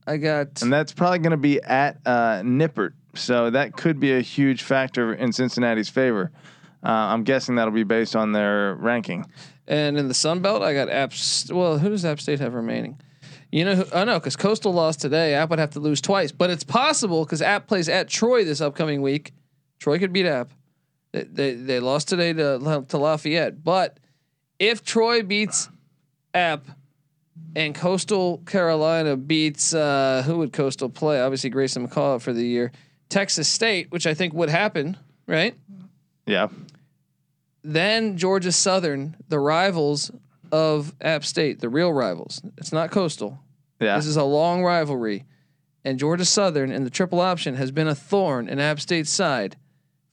[SPEAKER 1] I got
[SPEAKER 3] and that's probably going to be at uh, Nippert. So that could be a huge factor in Cincinnati's favor. Uh, I'm guessing that'll be based on their ranking.
[SPEAKER 1] and in the Sun Belt I got App. S- Well, who does App State have remaining? You know, who, I know because Coastal lost today. App would have to lose twice, but it's possible because App plays at Troy this upcoming week. Troy could beat App. They they, they lost today to La- to Lafayette, but if Troy beats App and Coastal Carolina beats uh, who would Coastal play? Obviously Grayson McCall out for the year. Texas State, which I think would happen, right?
[SPEAKER 3] Yeah.
[SPEAKER 1] Then Georgia Southern, the rivals of App State, the real rivals. It's not Coastal.
[SPEAKER 3] Yeah.
[SPEAKER 1] This is a long rivalry, and Georgia Southern and the triple option has been a thorn in App State's side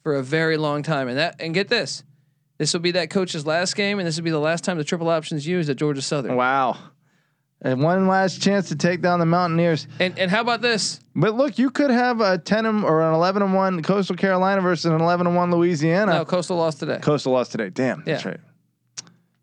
[SPEAKER 1] for a very long time. And that and get this, this will be that coach's last game, and this will be the last time the triple option's used at Georgia Southern.
[SPEAKER 3] wow. And one last chance to take down the Mountaineers.
[SPEAKER 1] And and how about this?
[SPEAKER 3] But look, you could have a 10 and- or an 11 and 1 Coastal Carolina versus an 11 and 1 Louisiana.
[SPEAKER 1] No, Coastal lost today.
[SPEAKER 3] Coastal lost today. Damn. That's
[SPEAKER 1] Yeah.
[SPEAKER 3] right.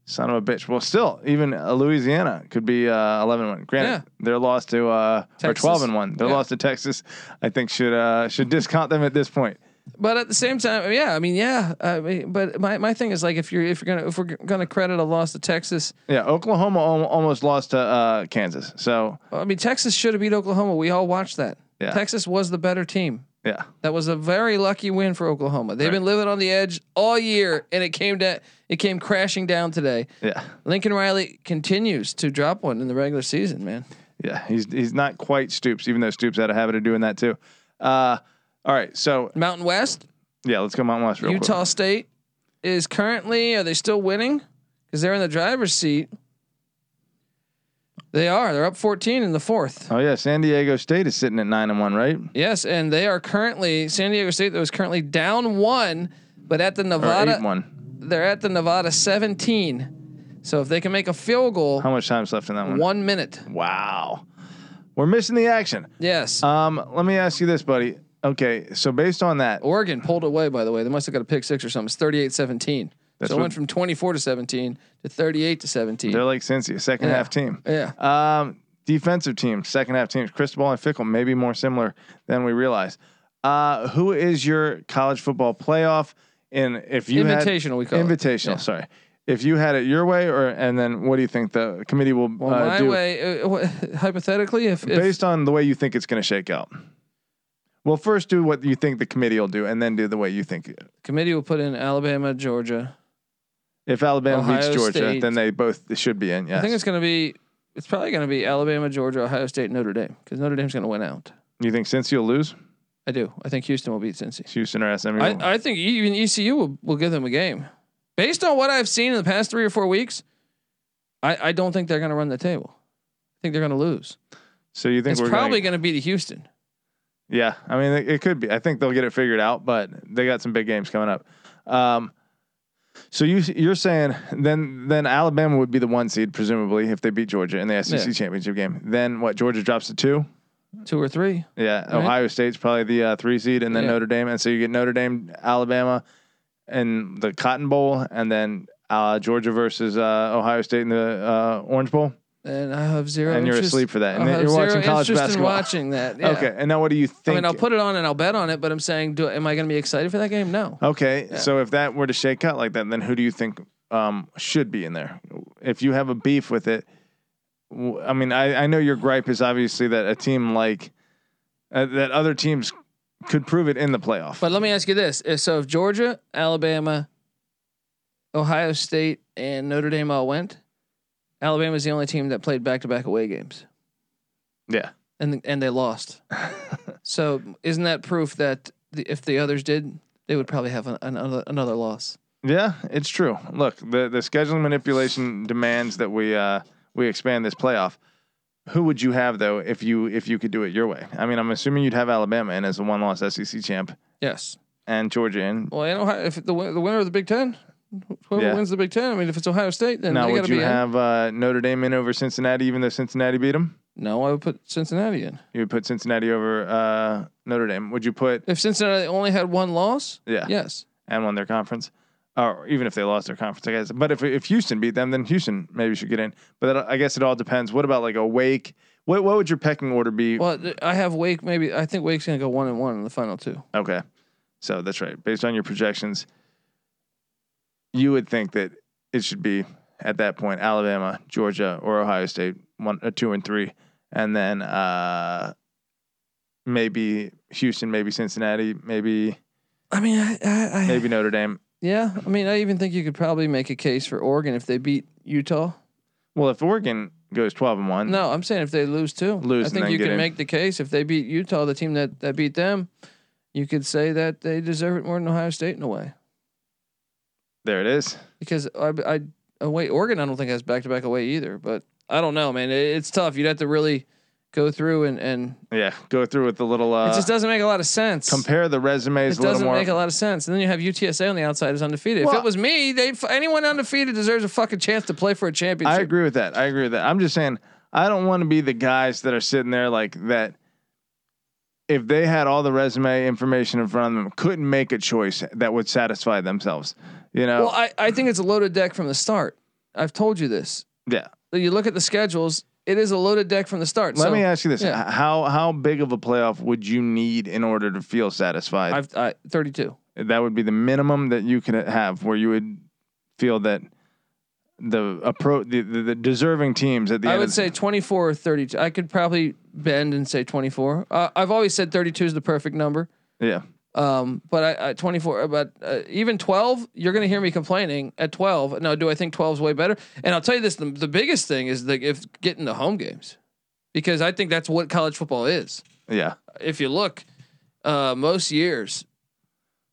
[SPEAKER 3] Son of a bitch. Well, still, even uh, Louisiana could be uh, 11 and 1. Granted,
[SPEAKER 1] Yeah.
[SPEAKER 3] their loss to, uh, or
[SPEAKER 1] Texas.
[SPEAKER 3] 12 and 1. Their
[SPEAKER 1] Yeah.
[SPEAKER 3] loss to Texas, I think, should uh, should discount them at this point.
[SPEAKER 1] But at the same time, yeah, I mean, yeah, I mean, but my, my thing is like if you're if you're gonna if we're gonna credit a loss to Texas,
[SPEAKER 3] Yeah. Oklahoma al- almost lost to uh, Kansas. So,
[SPEAKER 1] I mean Texas should have beat Oklahoma. We all watched that.
[SPEAKER 3] Yeah.
[SPEAKER 1] Texas was the better team.
[SPEAKER 3] Yeah.
[SPEAKER 1] That was a very lucky win for Oklahoma. They've been living on the edge all year, and it came down. It came crashing down today.
[SPEAKER 3] Yeah.
[SPEAKER 1] Lincoln Riley continues to drop one in the regular season. Man,
[SPEAKER 3] Yeah. He's he's not quite Stoops, even though Stoops had a habit of doing that too. Uh, all right. So
[SPEAKER 1] Mountain West,
[SPEAKER 3] yeah, let's go Mountain West real quick.
[SPEAKER 1] Utah State is currently. Are they still winning? Because they're in the driver's seat. They are. They're up 14 in the fourth.
[SPEAKER 3] Oh yeah, San Diego State is sitting at nine and one, right?
[SPEAKER 1] Yes, and they are currently San Diego State. That was currently down one, but at the
[SPEAKER 3] Or eight
[SPEAKER 1] Nevada,
[SPEAKER 3] and one.
[SPEAKER 1] they're at the Nevada 17. So if they can make a field goal,
[SPEAKER 3] How much time's left in that one?
[SPEAKER 1] one minute.
[SPEAKER 3] Wow. We're missing the action.
[SPEAKER 1] Yes.
[SPEAKER 3] Um, let me ask you this, buddy. Okay, so based on that,
[SPEAKER 1] Oregon pulled away, by the way. They must have got a pick six or something. It's 38 17. So
[SPEAKER 3] That's
[SPEAKER 1] it
[SPEAKER 3] what-
[SPEAKER 1] went from 24 to 17 to 38 to 17.
[SPEAKER 3] they're like Cincy, a second half team.
[SPEAKER 1] yeah.
[SPEAKER 3] Um, defensive team, second half teams. Cristobal and Fickle may be more similar than we realize. Uh, who is your college football playoff? And if you had-
[SPEAKER 1] Invitational, we call it.
[SPEAKER 3] invitational.
[SPEAKER 1] Yeah.
[SPEAKER 3] Sorry, if you had it your way, or and then what do you think the committee will
[SPEAKER 1] well,
[SPEAKER 3] uh,
[SPEAKER 1] my
[SPEAKER 3] do?
[SPEAKER 1] way, uh, wh- (laughs) hypothetically, if, if
[SPEAKER 3] based on the way you think it's going to shake out. Well, first do what you think the committee will do, and then do the way you think. it-
[SPEAKER 1] committee will put in Alabama, Georgia,
[SPEAKER 3] If Alabama beats
[SPEAKER 1] Ohio
[SPEAKER 3] Georgia,
[SPEAKER 1] State.
[SPEAKER 3] then they both should be in. Yes.
[SPEAKER 1] I think it's going to be, it's probably going to be Alabama, Georgia, Ohio State, Notre Dame, because Notre Dame's going to win out.
[SPEAKER 3] you think since you'll lose
[SPEAKER 1] I do. I think Houston will beat Cincy.
[SPEAKER 3] Houston or SMU?
[SPEAKER 1] I, I think even ECU will, will give them a game. Based on what I've seen in the past three or four weeks, I, I don't think they're going to run the table. I think they're going to lose.
[SPEAKER 3] so you think
[SPEAKER 1] It's
[SPEAKER 3] we're
[SPEAKER 1] probably
[SPEAKER 3] Gonna,
[SPEAKER 1] going to be to Houston.
[SPEAKER 3] yeah, I mean it, it could be. I think they'll get it figured out, but they got some big games coming up. Um, so you you're saying then then Alabama would be the one seed presumably if they beat Georgia in the SEC
[SPEAKER 1] Yeah.
[SPEAKER 3] championship game. Then what? Georgia drops to two.
[SPEAKER 1] two or three.
[SPEAKER 3] Yeah,
[SPEAKER 1] Right?
[SPEAKER 3] Ohio State's probably the uh, three seed, and then
[SPEAKER 1] Yeah.
[SPEAKER 3] Notre Dame, and so you get Notre Dame, Alabama, and the Cotton Bowl, and then uh, Georgia versus uh, Ohio State in the uh, Orange Bowl.
[SPEAKER 1] And I have zero.
[SPEAKER 3] And you're
[SPEAKER 1] interest-
[SPEAKER 3] asleep for that. And
[SPEAKER 1] I
[SPEAKER 3] then
[SPEAKER 1] have
[SPEAKER 3] you're
[SPEAKER 1] zero
[SPEAKER 3] watching college
[SPEAKER 1] interest
[SPEAKER 3] basketball.
[SPEAKER 1] In watching
[SPEAKER 3] (laughs)
[SPEAKER 1] that. yeah.
[SPEAKER 3] Okay, and now what do you
[SPEAKER 1] I
[SPEAKER 3] think?
[SPEAKER 1] mean, I'll put it on and I'll bet on it, but I'm saying, do am I going to be excited for that game? No.
[SPEAKER 3] okay, so if that were to shake out like that, then who do you think um, should be in there? If you have a beef with it, w- I mean, I, I know your gripe is obviously that a team like uh, that other teams could prove it in the playoff.
[SPEAKER 1] But let me ask you this: If- so if Georgia, Alabama, Ohio State, and Notre Dame all went, Alabama's the only team that played back-to-back away games,
[SPEAKER 3] yeah.
[SPEAKER 1] and and they (laughs) lost. so isn't that proof that the, if the others did, they would probably have an, another another loss?
[SPEAKER 3] Yeah, it's true. Look, the the scheduling manipulation demands that we uh we expand this playoff. Who would you have though if you if you could do it your way? I mean, I'm assuming you'd have Alabama in as a one loss SEC champ
[SPEAKER 1] Yes.
[SPEAKER 3] and Georgia in.
[SPEAKER 1] Well, and Ohio, if the win- the winner of the Big Ten, whoever
[SPEAKER 3] Yeah.
[SPEAKER 1] wins the Big Ten, I mean, if it's Ohio State, then
[SPEAKER 3] now
[SPEAKER 1] they got
[SPEAKER 3] would
[SPEAKER 1] to
[SPEAKER 3] you
[SPEAKER 1] be
[SPEAKER 3] have uh, Notre Dame in over Cincinnati, even though Cincinnati beat them?
[SPEAKER 1] in. No, I would put Cincinnati in.
[SPEAKER 3] You would put Cincinnati over uh, Notre Dame. Would you put
[SPEAKER 1] If Cincinnati only had one loss,
[SPEAKER 3] Yeah.
[SPEAKER 1] yes,
[SPEAKER 3] and won their conference, or even if they lost their conference, I guess. But if if Houston beat them, then Houston maybe should get in. But that, I guess it all depends. What about like a Wake? What what would your pecking order be?
[SPEAKER 1] well, th- I have Wake. Maybe I think Wake's gonna go one and one in the final two.
[SPEAKER 3] Okay. So that's right. Based on your projections, you would think that it should be at that point Alabama, Georgia, or Ohio State, one, uh, two, and three, and then uh, maybe Houston, maybe Cincinnati, maybe
[SPEAKER 1] I mean, I, I, I
[SPEAKER 3] maybe Notre Dame.
[SPEAKER 1] yeah. I mean, I even think you could probably make a case for Oregon if they beat Utah.
[SPEAKER 3] Well, if Oregon goes twelve and one,
[SPEAKER 1] No, I'm saying if they lose two, I
[SPEAKER 3] Lose and
[SPEAKER 1] think
[SPEAKER 3] then
[SPEAKER 1] you
[SPEAKER 3] get
[SPEAKER 1] can
[SPEAKER 3] in.
[SPEAKER 1] make the case if they beat Utah, the team that that beat them. You could say that they deserve it more than Ohio State in a way.
[SPEAKER 3] there it is.
[SPEAKER 1] because I, I away Oregon I don't think has back to back away either. But I don't know, man. It, it's tough. You'd have to really go through and and
[SPEAKER 3] Yeah, go through with the little. Uh,
[SPEAKER 1] it just doesn't make a lot of sense.
[SPEAKER 3] compare the
[SPEAKER 1] it
[SPEAKER 3] resumes a little
[SPEAKER 1] doesn't
[SPEAKER 3] more.
[SPEAKER 1] make a lot of sense. And then you have UTSA on the outside is undefeated. if
[SPEAKER 3] Well-
[SPEAKER 1] it was me, they anyone undefeated deserves a fucking chance to play for a championship.
[SPEAKER 3] I agree with that. I agree with that. I'm just saying I don't want to be the guys that are sitting there like that. If they had all the resume information in front of them, couldn't make a choice that would satisfy themselves. You know?
[SPEAKER 1] Well, I, I think it's a loaded deck from the start. I've told you this.
[SPEAKER 3] yeah.
[SPEAKER 1] You look at the schedules, it is a loaded deck from the start.
[SPEAKER 3] Let
[SPEAKER 1] So
[SPEAKER 3] me ask you this:
[SPEAKER 1] yeah.
[SPEAKER 3] how how big of a playoff would you need in order to feel satisfied?
[SPEAKER 1] I've I, 32.
[SPEAKER 3] that would be the minimum that you could have, where you would feel that the appro the, the, the deserving teams at the
[SPEAKER 1] I
[SPEAKER 3] end.
[SPEAKER 1] would
[SPEAKER 3] of,
[SPEAKER 1] say 24 or 32. I could probably bend and say 24. Uh, I've always said 32 is the perfect number.
[SPEAKER 3] Yeah.
[SPEAKER 1] Um, but I, I 24, but uh, even 12, you're going to hear me complaining at 12. Now, do I think 12 is way better? And I'll tell you this: the, the biggest thing is the if getting the home games, because I think that's what college football is.
[SPEAKER 3] Yeah.
[SPEAKER 1] If you look, uh, most years,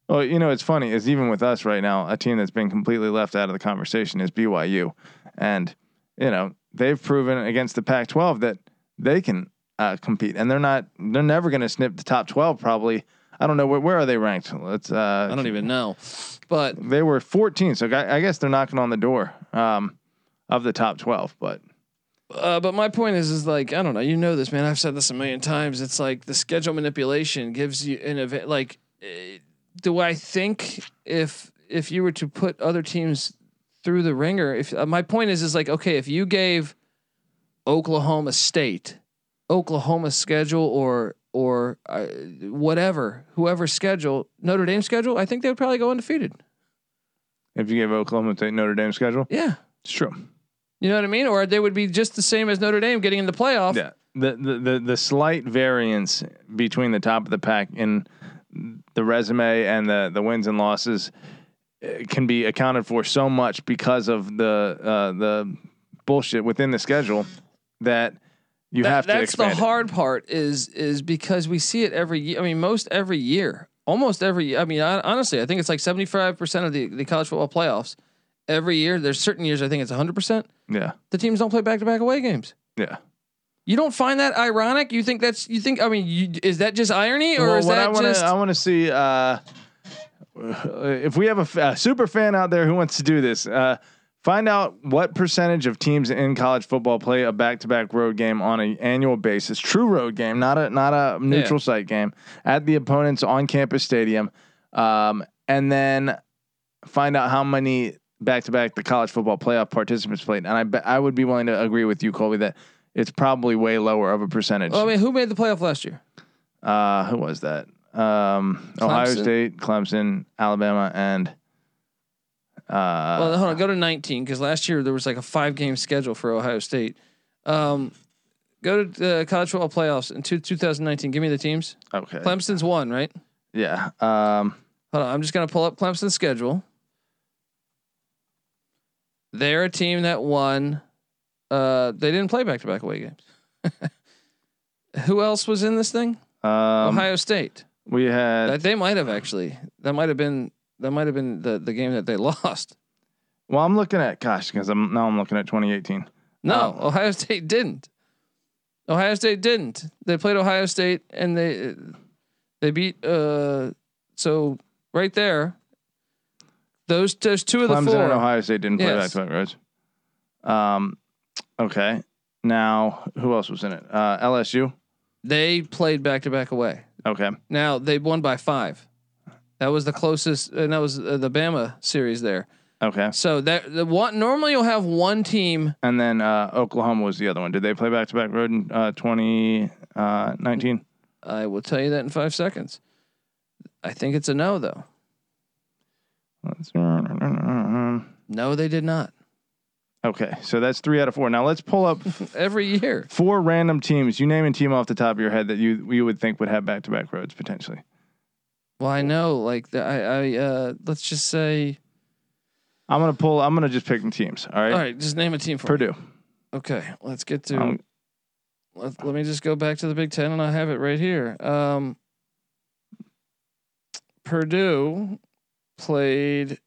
[SPEAKER 3] Well, you know, it's funny is even with us right now, a team that's been completely left out of the conversation is BYU, and you know they've proven against the Pac-12 that they can uh, compete, and they're not they're never going to snip the top 12 probably. I don't know where where are they ranked. Let's. Uh,
[SPEAKER 1] I don't even know, but
[SPEAKER 3] They were 14, so I I guess they're knocking on the door um, of the top 12. But
[SPEAKER 1] uh, but my point is, is like I don't know. You know this, man. I've said this a million times. It's like the schedule manipulation gives you an event. Like, eh, do I think if if you were to put other teams through the ringer? If uh, my point is, is like okay, if you gave Oklahoma State Oklahoma's schedule or or uh, whatever whoever's schedule Notre Dame schedule, I think they would probably go undefeated.
[SPEAKER 3] if you give Oklahoma State Notre Dame schedule,
[SPEAKER 1] Yeah,
[SPEAKER 3] it's true.
[SPEAKER 1] you know what I mean. Or they would be just the same as Notre Dame getting in the playoff.
[SPEAKER 3] Yeah. The, the the the slight variance between the top of the pack in the resume and the the wins and losses eh, can be accounted for so much because of the uh, the bullshit within the schedule that you have to
[SPEAKER 1] that's
[SPEAKER 3] expand.
[SPEAKER 1] the
[SPEAKER 3] it.
[SPEAKER 1] hard part is is because we see it every year i mean most every year almost every year i mean I, honestly i think it's like 75% of the, the college football playoffs every year there's certain years i think it's 100%
[SPEAKER 3] Yeah,
[SPEAKER 1] the teams don't play back-to-back away games
[SPEAKER 3] yeah.
[SPEAKER 1] you don't find that ironic you think that's you think i mean you, is that just irony or
[SPEAKER 3] well,
[SPEAKER 1] is
[SPEAKER 3] what I
[SPEAKER 1] that
[SPEAKER 3] want
[SPEAKER 1] just
[SPEAKER 3] to I want to see uh, if we have a, f- a super fan out there who wants to do this. Uh, find out what percentage of teams in college football play a back-to-back road game on an annual basis, true road game, not a not a neutral site game at the opponent's on-campus stadium, um, and then find out how many back-to-back the college football playoff participants played. And I bet I would be willing to agree with you, Colby, that. It's probably way lower of a percentage.
[SPEAKER 1] Well, i mean who made the playoff last year
[SPEAKER 3] Uh, who was that? Um, Ohio
[SPEAKER 1] Clemson.
[SPEAKER 3] State, Clemson, Alabama, and uh,
[SPEAKER 1] well hold on go to 19 because last year there was like a five game schedule for ohio state um, go to the college football playoffs in two, 2019 give me the teams
[SPEAKER 3] okay,
[SPEAKER 1] clemson's one right
[SPEAKER 3] yeah. Um,
[SPEAKER 1] Hold on, I'm just gonna pull up Clemson's schedule. They're a team that won. Uh, they didn't play back to back away games. (laughs) Who else was in this thing?
[SPEAKER 3] um,
[SPEAKER 1] Ohio State.
[SPEAKER 3] we
[SPEAKER 1] That
[SPEAKER 3] had.
[SPEAKER 1] they might have actually. That might have been. That might have been the, the game that they (laughs) lost.
[SPEAKER 3] Well, I'm looking at gosh, because I'm now I'm looking at 2018.
[SPEAKER 1] No,
[SPEAKER 3] Oh.
[SPEAKER 1] Ohio State didn't. Ohio State didn't. They played Ohio State and they they beat. Uh, so right there, those those two of the
[SPEAKER 3] Clemson
[SPEAKER 1] four.
[SPEAKER 3] and Ohio State didn't play
[SPEAKER 1] Yes.
[SPEAKER 3] back-to-back roads. Um, okay. Now, who else was in it? Uh, LSU.
[SPEAKER 1] They played back to back away.
[SPEAKER 3] Okay.
[SPEAKER 1] Now they won by five. That was the closest, and that was uh, the Bama series there.
[SPEAKER 3] Okay.
[SPEAKER 1] So that the one normally you'll have one team.
[SPEAKER 3] And then uh, Oklahoma was the other one. Did they play back-to-back road in uh, 2019?
[SPEAKER 1] I will tell you that in five seconds. I think it's a no though. No, they did not.
[SPEAKER 3] Okay, so that's three out of four. Now let's pull up
[SPEAKER 1] Every year,
[SPEAKER 3] four random teams. You name a team off the top of your head that you you would think would have back to back roads potentially.
[SPEAKER 1] well, I know. Like the, I, I uh, let's just say.
[SPEAKER 3] I'm gonna pull. I'm gonna just pick some teams. All right,
[SPEAKER 1] All right, just name a team for me.
[SPEAKER 3] Purdue.
[SPEAKER 1] Okay, let's get to.
[SPEAKER 3] Um,
[SPEAKER 1] let, let me just go back to the Big Ten, and I have it right here. Um, Purdue played.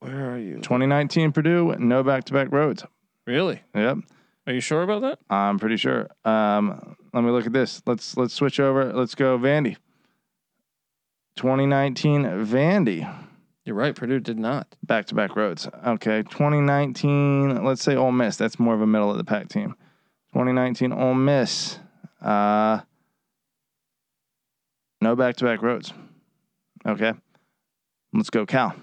[SPEAKER 1] Where are you?
[SPEAKER 3] 2019 Purdue, no back to back roads.
[SPEAKER 1] Really?
[SPEAKER 3] Yep,
[SPEAKER 1] Are you sure about that?
[SPEAKER 3] I'm pretty sure. Um, let me look at this. Let's let's switch over. Let's go Vandy. 2019 Vandy
[SPEAKER 1] You're right. Purdue did not.
[SPEAKER 3] back to back roads. Okay, 2019. Let's say Ole Miss. That's more of a middle of the pack team. 2019 Ole Miss. Uh, no back to back roads. Okay, let's go Cal.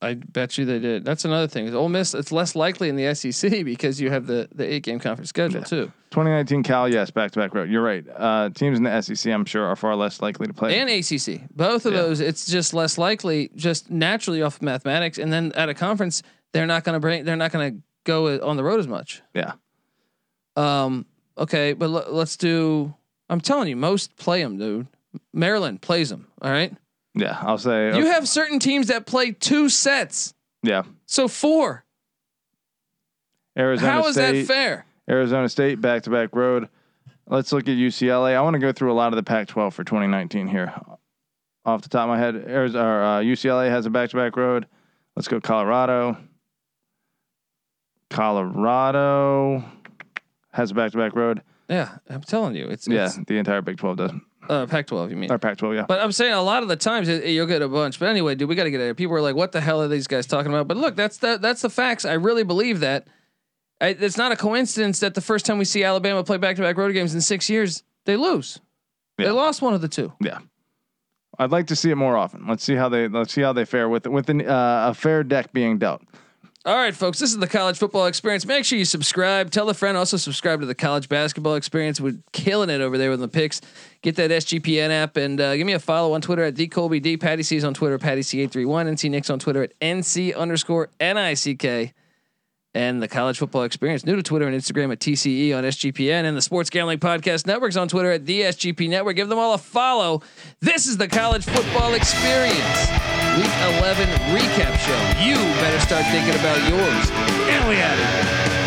[SPEAKER 1] I bet you they did. That's another thing. With Ole Miss, it's less likely in the SEC because you have the the eight game conference schedule too,
[SPEAKER 3] 2019 Cal. Yes, back to back road. You're right. Uh, teams in the SEC, I'm sure, are far less likely to play.
[SPEAKER 1] and ACC. Both of
[SPEAKER 3] Yeah.
[SPEAKER 1] those, it's just less likely, just naturally off of mathematics. And then at a conference, they're not going to bring. They're not going to go on the road as much.
[SPEAKER 3] yeah.
[SPEAKER 1] Um. Okay, but l- let's do I'm telling you, most play them, dude. Maryland plays them. All right.
[SPEAKER 3] Yeah, I'll say. uh,
[SPEAKER 1] You have certain teams that play two sets,
[SPEAKER 3] yeah,
[SPEAKER 1] so four.
[SPEAKER 3] Arizona
[SPEAKER 1] How is that
[SPEAKER 3] State.
[SPEAKER 1] fair?
[SPEAKER 3] Arizona State back to back road. Let's look at UCLA. I want to go through a lot of the Pac 12 for 2019 here. Off the top of my head, Arizona, or, uh, UCLA has a back to back road. Let's go Colorado. Colorado has a back to back road.
[SPEAKER 1] Yeah, I'm telling you, it's,
[SPEAKER 3] Yeah,
[SPEAKER 1] it's
[SPEAKER 3] the entire Big 12 does.
[SPEAKER 1] uh, Pac-12. You mean?
[SPEAKER 3] Or Pac 12, yeah.
[SPEAKER 1] But I'm saying a lot of the times it, you'll get a bunch. But anyway, dude, we got to get it. People are like, "What the hell are these guys talking about?" But look, that's the that's the facts. I really believe that. I, it's not a coincidence that the first time we see Alabama play back to back road games in six years, they lose. They
[SPEAKER 3] Yeah.
[SPEAKER 1] lost one of the two.
[SPEAKER 3] Yeah. I'd like to see it more often. Let's see how they let's see how they fare with with an, uh, a fair deck being dealt.
[SPEAKER 1] All right, folks, this is the college football experience. Make sure you subscribe. Tell a friend. Also, subscribe to the college basketball experience. We're killing it over there with the picks. Get that SGPN app and uh, give me a follow on Twitter at DColbyD. Patty C's on Twitter, Patty C831. NC Nick's on Twitter at NC underscore NICK. And the college football experience, new to Twitter and Instagram at TCE on SGPN. And the Sports Gambling Podcast Network's on Twitter at the SGP Network. Give them all a follow. This is the college football experience. Week 11 recap show. You better start thinking about yours. And we out of here.